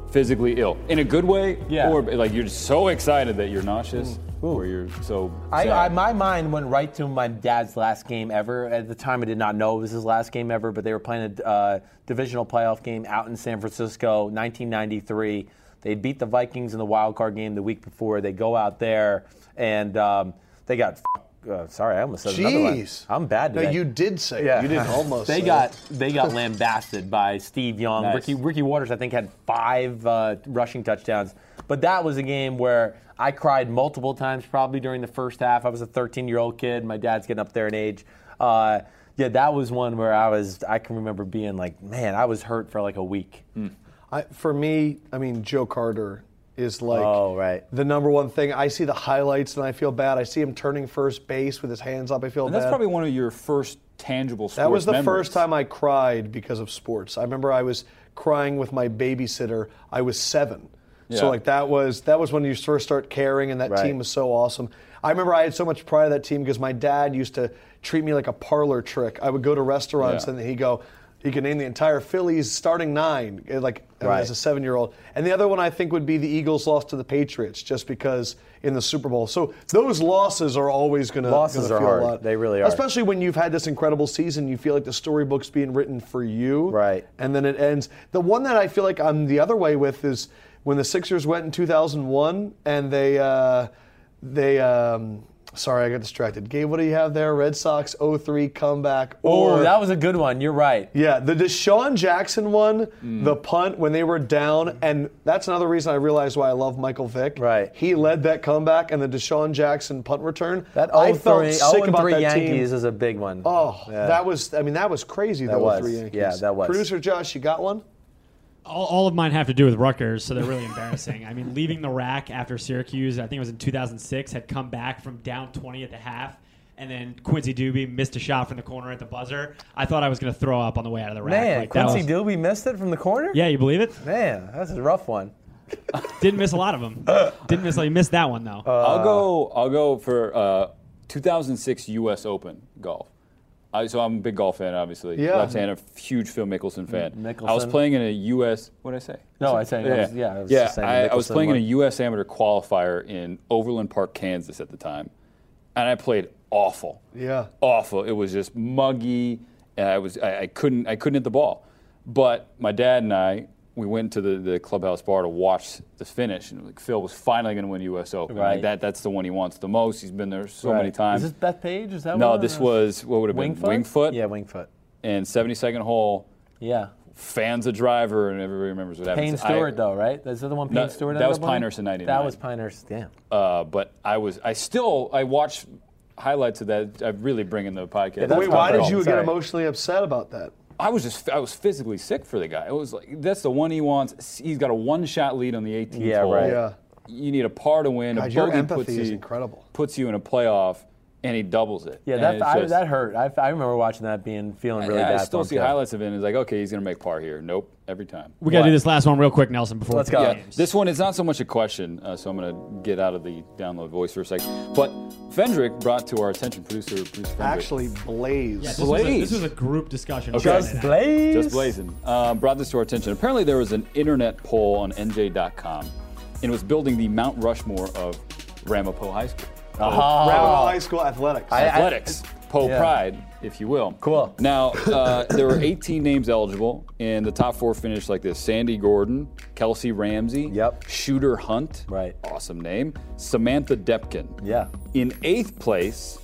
I: physically ill in a good way,
C: Yeah.
I: or like you're so excited that you're nauseous, or you're so.
C: I,
I: sad.
C: I, my mind went right to my dad's last game ever. At the time, I did not know it was his last game ever, but they were playing a uh, divisional playoff game out in San Francisco, 1993. They beat the Vikings in the wild card game the week before. They go out there and um, they got. f- Uh, sorry, I almost said another one.
B: Jeez.
C: I'm bad
B: No,
C: today.
B: you did say it.
C: Yeah.
B: You didn't almost
C: They
B: say
C: got
B: it.
C: they got lambasted by Steve Young.
I: Nice.
C: Ricky Ricky Waters, I think, had five uh, rushing touchdowns. But that was a game where I cried multiple times, probably during the first half. I was a 13 year old kid. My dad's getting up there in age. Uh, yeah, that was one where I was. I can remember being like, man, I was hurt for like a week.
B: I, for me, I mean, Joe Carter is like
C: Oh, right.
B: the number one thing. I see the highlights and I feel bad. I see him turning first base with his hands up. I feel
I: And
B: bad.
I: that's probably one of your first tangible sports
B: That was the
I: memories.
B: first time I cried because of sports. I remember I was crying with my babysitter. I was seven.
I: Yeah.
B: So like that was that was when you first start caring, and that
C: Right.
B: team was so awesome. I remember I had so much pride of that team because my dad used to treat me like a parlor trick. I would go to restaurants
I: Yeah.
B: and he'd go, he could name the entire Phillies starting nine, eh, like I mean,
C: Right.
B: as a seven year old. And the other one I think would be the Eagles lost to the Patriots just because in the Super Bowl. So those losses are always going to
C: Losses are
B: feel
C: hard.
B: a lot.
C: They really are.
B: Especially especially when you've had this incredible season, you feel like the storybook's being written for you.
C: Right.
B: And then it ends. The one that I feel like I'm the other way with is when the Sixers went in 2001 and they, uh, they, um, sorry, I got distracted. Gabe, what do you have there? Red Sox 03 comeback.
C: Oh,
B: or,
C: that was a good one. You're right.
B: yeah, the Deshaun Jackson one,
C: Hmm.
B: the punt when they were down, and that's another reason I realized why I love Michael Vick.
C: Right.
B: He led that comeback and the Deshaun Jackson punt return.
C: That
B: I
C: 0-3,
B: felt sick about
C: 0-3
B: that
C: Yankees
B: team.
C: is a big one.
B: Oh,
C: Yeah.
B: that was, I mean, that was crazy,
C: That
B: that
C: was.
B: three Yankees.
C: Yeah, that was.
B: Producer Josh, you got one?
D: all, all of mine have to do with Rutgers, so they're really embarrassing. I mean, leaving the rack after Syracuse, I think it was in 2006, had come back from down 20 at the half, and then Quincy Doobie missed a shot from the corner at the buzzer. I thought I was going to throw up on the way out of the rack.
C: Man,
D: Like, that
C: Quincy
D: was-
C: Doobie missed it from the corner?
D: Yeah, you believe it?
C: Man, that's a rough one.
D: Didn't miss a lot of them.
C: Uh.
D: Didn't miss. Like, missed that one though.
I: I'll go. I'll go for uh, 2006 U.S. Open golf. I, so I'm a big golf fan, obviously.
B: Yeah.
I: Left-handed, huge Phil Mickelson fan. I was
C: Mickelson.
I: playing in a U.S. What did I say?
C: No, I said, yeah, yeah, I was
I: yeah.
C: just saying
I: I, I was
C: Mickelson
I: playing in
C: won.
I: a U.S. amateur qualifier in Overland Park, Kansas at the time, and I played awful.
B: Yeah.
I: awful. It was just muggy. And I was I, I couldn't I couldn't hit the ball. But my dad and I we went to the, the clubhouse bar to watch the finish, and like Phil was finally going to win U.S. Open.
C: Right.
I: Like that that's the one he wants the most. He's been there so many
C: Right.
I: times.
C: Is this Beth Page? Is that
I: no,
C: one?
I: this was what would have been
C: Wingfoot?
I: Wingfoot
C: Yeah, Wingfoot.
I: and 72nd hole.
C: Yeah.
I: Fans a driver, and everybody remembers what happened.
C: Payne Stewart, though, right? That's the other one Payne
I: No,
C: Stewart
I: that
C: ended
I: was
C: up winning?
I: Pinehurst in 99.
C: That was Pinehurst, damn.
I: uh, but I was I still I watched highlights of that. I really bring in the podcast.
C: that's
B: Wait, why
C: not
B: did
C: wrong.
B: you
C: Sorry.
B: get emotionally upset about that?
I: I was just I was physically sick for the guy. It was like that's the one he wants. He's got a one-shot lead on the 18th
C: Yeah,
I: hole.
C: right.
B: Yeah.
I: You need a par to win. a
B: God, your
I: bogey
B: empathy
I: puts
B: is
I: you,
B: incredible.
I: Puts you in a playoff, and he doubles it.
C: Yeah,
I: And
C: that,
I: it's
C: I,
I: just-
C: that hurt. I, I remember watching that being feeling really
I: I,
C: bad.
I: I still
C: for him,
I: see
C: too.
I: highlights of it. and It's like okay, he's gonna make par here. Nope, every time.
D: we got to do this last one real quick, Nelson. Before
C: Let's
D: we
C: go.
D: pick
I: Yeah,
D: games.
I: this one is not so much a question, uh, so I'm gonna get out of the download voice for a second. But Fendrick brought to our attention, producer Bruce Fendrick.
B: Actually, Blaze.
D: Yeah, this, was a,
I: Blaze.
D: this was a group discussion.
C: Just Blaze.
I: Just blazing. Um, brought this to our attention. Apparently, there was an internet poll on NJ.com, and it was building the Mount Rushmore of Ramapo High School.
C: Ah.
B: Ramapo High School Athletics.
C: I-
I: Athletics, Poe
C: yeah.
I: Pride, if you will.
C: Cool.
I: Now, uh, there were 18 names eligible, and the top four finished like this Sandy Gordon, Kelsey Ramsey,
C: Yep.
I: Shooter Hunt,
C: Right.
I: awesome name, Samantha Depkin.
C: Yeah.
I: In eighth place,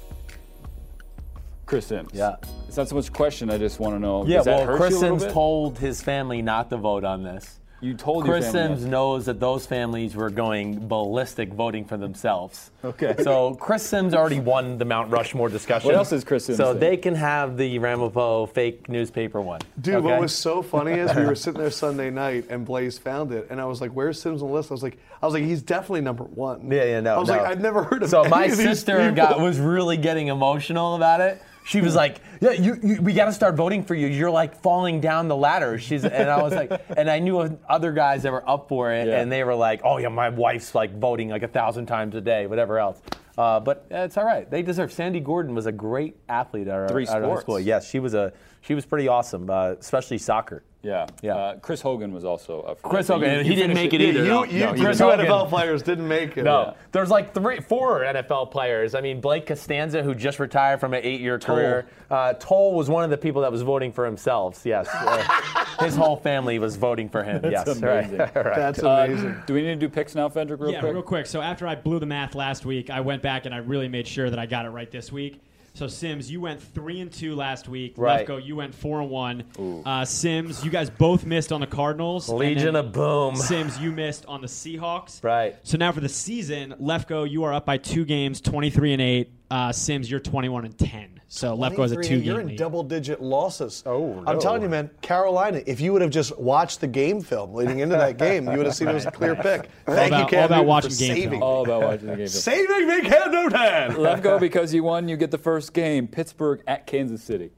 I: Chris Sims.
C: Yeah.
I: It's not so much a question, I just want to know.
C: Yeah,
I: does that
C: well,
I: hurt you
C: Chris
I: a little
C: Sims
I: bit?
C: told his family not to vote on this.
I: You told your
C: Chris
I: family
C: Sims
I: that.
C: knows that those families were going ballistic voting for themselves.
I: Okay.
C: So Chris Sims already won the Mount Rushmore discussion.
I: What else does Chris Sims
C: So
I: think?
C: they can have the Ramapo fake newspaper one.
B: Dude,
C: okay?
B: what was so funny is we were sitting there Sunday night and Blaze found it, and I was like, "Where's Sims on the list?" I was like, "I was like, he's definitely number one."
C: Yeah, yeah, no.
B: I was
C: no.
B: like, "I've never heard of."
C: So
B: any
C: my
B: of these
C: sister
B: people."
C: got was really getting emotional about it. She was like, "Yeah, you, you we got to start voting for you. You're like falling down the ladder." She's and I was like, and I knew other guys that were up for it,
I: Yeah.
C: and they were like, "Oh yeah, my wife's like voting like a thousand times a day, whatever else." Uh, but uh, it's all right. They deserve. Sandy Gordon was a great athlete at our,
I: Three
C: at our
I: sports.
C: school. Yes, she was a she was pretty awesome, uh, especially soccer.
I: Yeah.
C: Yeah.
I: Uh, Chris Hogan was also up. For
C: Chris
I: that.
C: Hogan,
I: You-
C: and
I: you
C: he didn't
I: finished
C: make it either.
B: You,
C: No,
B: you,
C: no, he
B: two
C: was Hogan.
B: NFL players didn't make it.
C: No, there's like three, four NFL players. I mean, Blake Costanza, who just retired from an eight-year career. Uh, Toll was one of the people that was voting for himself. Yes, Uh, his whole family was voting for him. yes,
I: amazing.
C: right. right.
B: That's
I: Uh,
B: amazing.
I: do we need to do picks now, Fendrick, real
D: yeah,
I: quick?
D: real quick. So after I blew the math last week, I went back and I really made sure that I got it right this week. So Sims, you went three and two last week.
C: Right.
D: Lefko, you went four and one. Uh, Sims, you guys both missed on the Cardinals. and
C: Legion
D: then
C: of Boom.
D: Sims, you missed on the Seahawks.
C: Right.
D: So now for the season, Lefko, you are up by two games, twenty three and eight. Uh, Sims, you're twenty one and ten. So Lefko is a
B: 23,
D: two
B: You're
D: game
B: in
D: lead.
B: double digit losses.
C: Oh, no.
B: I'm telling you, man, Carolina, if you would have just watched the game film leading into that game, you would have seen it was a clear pick. Thank
D: about-
B: you, Cam
D: all about
B: Newton,
D: watching
B: for
D: game
B: saving
D: film.
B: me.
I: All about watching the game.
B: Saving me, Cam Newton!
I: Left go because you won. You get the first game. Pittsburgh at Kansas City.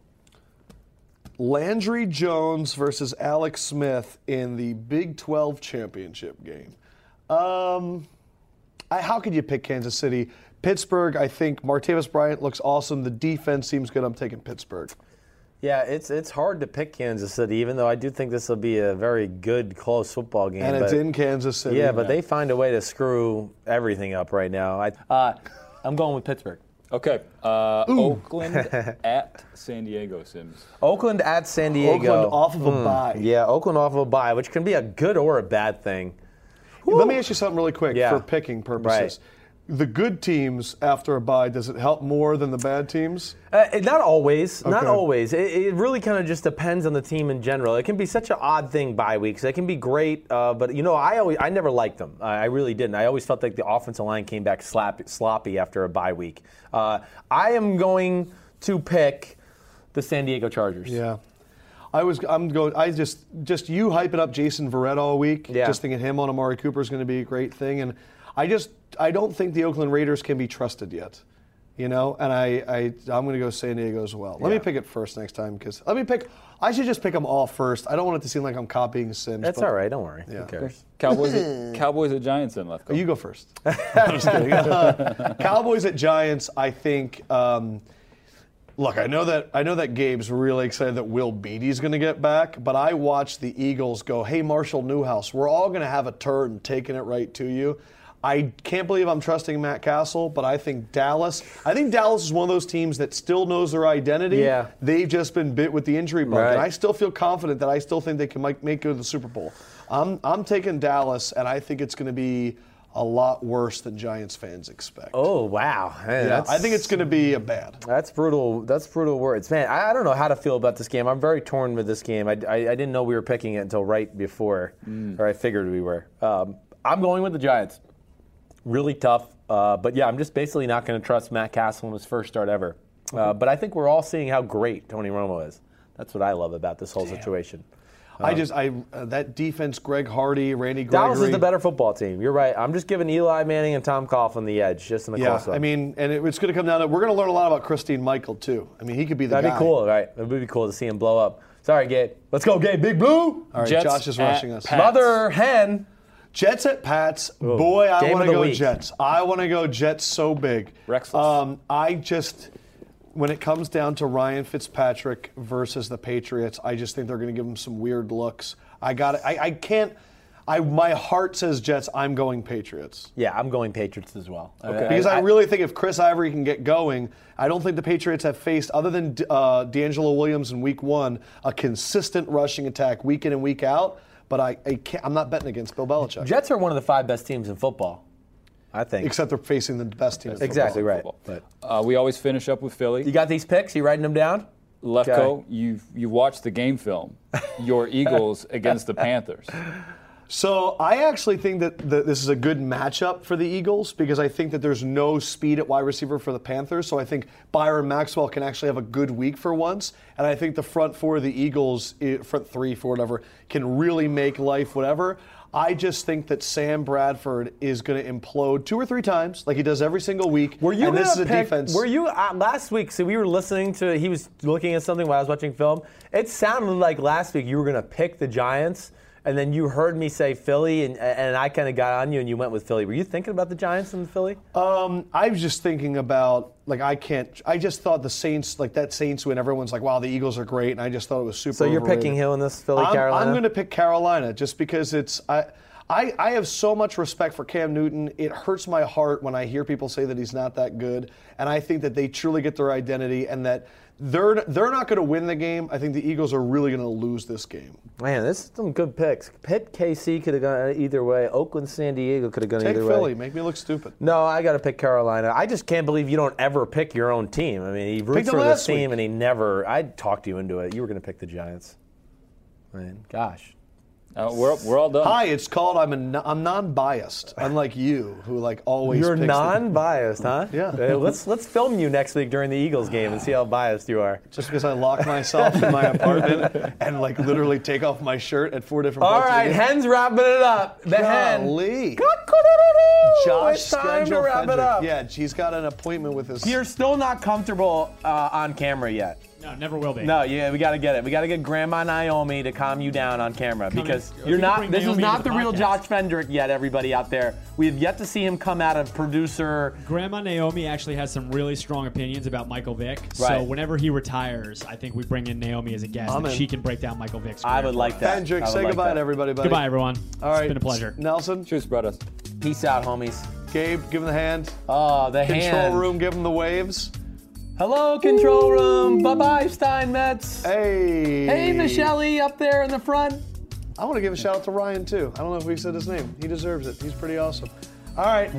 B: Landry Jones versus Alex Smith in the Big 12 championship game. Um, I, how could you pick Kansas City? Pittsburgh, I think Martavis Bryant looks awesome. The defense seems good. I'm taking Pittsburgh.
C: Yeah, it's it's hard to pick Kansas City, even though I do think this will be a very good, close football game.
B: And it's
C: but-
B: in Kansas City.
C: Yeah, but they find a way to screw everything up right now. I, uh, I'm going with Pittsburgh.
I: Okay. Uh, Oakland at San Diego, Sims.
C: Oakland at San Diego.
B: Oakland off of a
D: Hmm.
B: bye.
C: Yeah, Oakland off of a bye, which can be a good or a bad thing.
B: Let me ask you something really quick
C: Yeah.
B: for picking purposes. The good teams after a bye, does it help more than the bad teams?
C: Uh, it- not always. Not
B: Okay.
C: always. It, it really kind of just depends on the team in general. It can be such an odd thing bye weeks. They can be great, uh, but you know, I always, I never liked them. I, I really didn't. I always felt like the offensive line came back slap, sloppy after a bye week. Uh, I am going to pick the San Diego Chargers.
B: Yeah. I was I'm going I just just you hyping up Jason Verrett all week.
C: Yeah.
B: Just thinking him on Amari Cooper is going to be a great thing and I just I don't think the Oakland Raiders can be trusted yet. You know, and I, I I'm going to go San Diego as well. Let me pick it first next time cuz let me pick I should just pick them all first. I don't want it to seem like I'm copying Sims.
C: That's
B: but-
C: all right. Don't worry. Who cares?
I: Cowboys at, Cowboys at Giants in left.
B: You go first. I'm just kidding. Cowboys at Giants. I think. Um, look, I know that I know that Gabe's really excited that Will Beattie's going to get back, but I watched the Eagles go. Hey, Marshall Newhouse, we're all going to have a turn taking it right to you. I can't believe I'm trusting Matt Castle, but I think Dallas. I think Dallas is one of those teams that still knows their identity.
C: Yeah.
B: They've just been bit with the injury bug, and
C: Right.
B: I still feel confident that I still think they can make, make go to the Super Bowl. I'm, I'm taking Dallas, and I think it's going to be a lot worse than Giants fans expect.
C: Oh wow. Hey,
B: yeah,
C: that's-
B: I think it's going to be a bad.
C: That's brutal. That's brutal words, man. I, I don't know how to feel about this game. I'm very torn with this game. I, I, I didn't know we were picking it until right before,
B: Mm.
C: or I figured we were. Um, I'm going with the Giants. Really tough, uh, but yeah, I'm just basically not going to trust Matt Castle in his first start ever. Uh, but I think we're all seeing how great Tony Romo is. That's what I love about this whole situation.
B: I just I uh, that defense, Greg Hardy, Randy Gregory.
C: Dallas is the better football team. You're right. I'm just giving Eli Manning and Tom Coughlin the edge, just in the
B: Yeah,
C: close up.
B: I mean, and it, it's going to come down to we're going to learn a lot about Christine Michael too. I mean, he could be the
C: that'd
B: guy.
C: be cool, right? It would be cool to see him blow up. Sorry, Gabe. Let's go, Gabe. Big Blue.
B: All right,
I: Jets
B: Josh is
I: at
B: rushing us.
I: Pats.
C: Mother hen.
B: Jets at Pats. Boy, I
C: Game
B: want
C: of
B: to
C: the
B: go
C: week.
B: Jets. I want to go Jets so big.
I: Rexless.
B: Um, I just, when it comes down to Ryan Fitzpatrick versus the Patriots, I just think they're going to give him some weird looks. I got. I, I can't. I my heart says Jets. I'm going Patriots.
C: Yeah, I'm going Patriots as well. Okay.
B: Because I, really think if Chris Ivory can get going, I don't think the Patriots have faced, other than uh, D'Angelo Williams in Week One, a consistent rushing attack week in and week out. But I, I can't, I'm not betting against Bill Belichick.
C: Jets are one of the five best teams in football. I think.
B: Except they're facing the best team. in football.
C: exactly right. But
I: Uh, we always finish up with Philly.
C: you got these picks? You writing them down?
I: Lefko, you you watched the game film. Your Eagles against the Panthers. Uh,
B: So I actually think that th this is a good matchup for the Eagles because I think that there's no speed at wide receiver for the Panthers. So I think Byron Maxwell can actually have a good week for once, and I think the front four of the Eagles, eh, front three, four, whatever, can really make life whatever. I just think that Sam Bradford is going to implode two or three times, like he does every single week.
C: Were you
B: and this is
C: gonna
B: a
C: pick-
B: defense.
C: Were you uh, last week? So we were listening to. He was looking at something while I was watching film. It sounded like last week you were going to pick the Giants, and then you heard me say Philly, and, and I kind of got on you, and you went with Philly. Were you thinking about the Giants and the Philly?
B: I was just thinking about like I can't. I just thought the Saints, like that Saints win. Everyone's like, "Wow, the Eagles are great," and I just thought it was super.
C: so you're picking
B: overrated.
C: Hill in this Philly,
B: I'm,
C: Carolina.
B: going to pick Carolina just because it's I, I I have so much respect for Cam Newton. It hurts my heart when I hear people say that he's not that good, and I think that they truly get their identity and that they're they're not going to win the game. I think the Eagles are really going to lose this game.
C: Man, this is some good picks. Pitt KC could have gone either way. Oakland San Diego could have gone
B: Take
C: either
B: Philly,
C: way.
B: make me look stupid.
C: No, I got to pick Carolina. I just can't believe you don't ever pick your own team. I mean, he
B: Picked
C: roots
B: them
C: for this
B: last
C: team
B: week.
C: and he never. I talked you into it. You were going to pick the Giants. Man, gosh.
I: Uh, we're, we're all done.
B: Hi, it's called I'm a, no- I'm non-biased, unlike you who like always.
C: You're
B: picks the-
C: non-biased, huh?
B: Yeah.
C: Uh, let's let's film you next week during the Eagles game and see how biased you are.
B: just because I lock myself in my apartment and like literally take off my shirt at four different.
C: All
B: parts of the
C: right,
B: game.
C: Hen's wrapping it up. The Hen.
B: Golly.
C: Josh,
B: Josh
C: it's time to
B: schedule
C: wrap it
B: Fendrick.
C: up.
B: Yeah, he's got an appointment with his.
C: You're still not comfortable uh, on camera yet.
D: No, never will be.
C: No, yeah, we gotta get it. We gotta get Grandma Naomi to calm you down on camera because
D: in.
C: you're
D: We can
C: not.
D: bring
C: This is
D: Naomi
C: not
D: to the
C: the, real
D: podcast.
C: Josh Fendrick yet. Everybody out there, we have yet to see him come out of producer.
D: Grandma Naomi actually has some really strong opinions about Michael Vick. So
C: Right.
D: whenever he retires, I think we bring in Naomi as a guest,
B: I'm
D: and
B: in.
D: she can break down Michael Vick's.
C: I
D: career
C: would
D: for
C: like
D: us.
C: that.
B: Fendrick,
C: I would
B: say
C: like
B: goodball
C: that.
B: to everybody, buddy.
D: Goodbye, everyone.
B: All right.
D: It's been a pleasure.
B: Nelson,
I: Cheers, brothers.
C: Peace out, homies.
B: Gabe, give him the hand.
C: Oh, the hand.
B: Control room, give him the waves.
C: Hello, control room. Bye, bye, Steinmetz.
B: Hey.
C: Hey, Michelle E up there in the front.
B: I want to give a shout out to Ryan too. I don't know if we said his name. He deserves it. He's pretty awesome. All right.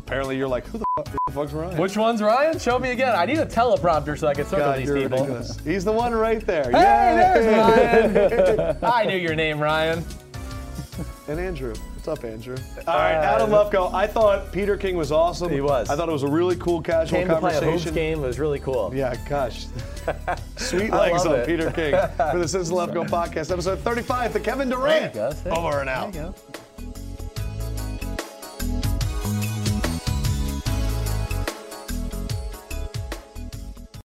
B: Apparently, you're like, who the, fuck, who the fuck's Ryan?
C: Which one's Ryan? Show me again. I need a teleprompter so I can circle
B: God,
C: these
B: you're
C: people.
B: ridiculous. He's the one right there.
C: Hey, there's
B: Yay!
C: Ryan. I knew your name, Ryan.
B: And Andrew. What's up, Andrew? All right, Adam Lefko. I thought Peter King was awesome.
C: Uh, He was.
B: I thought it was a really cool casual
C: Came to play a hoops
B: conversation.
C: game. It was really cool.
B: Yeah, gosh. Sweet legs
C: love
B: on
C: it.
B: Peter King for the Citizen Lefko podcast, episode 35, the Kevin Durant.
C: There you go.
B: Over and out.
C: There you go.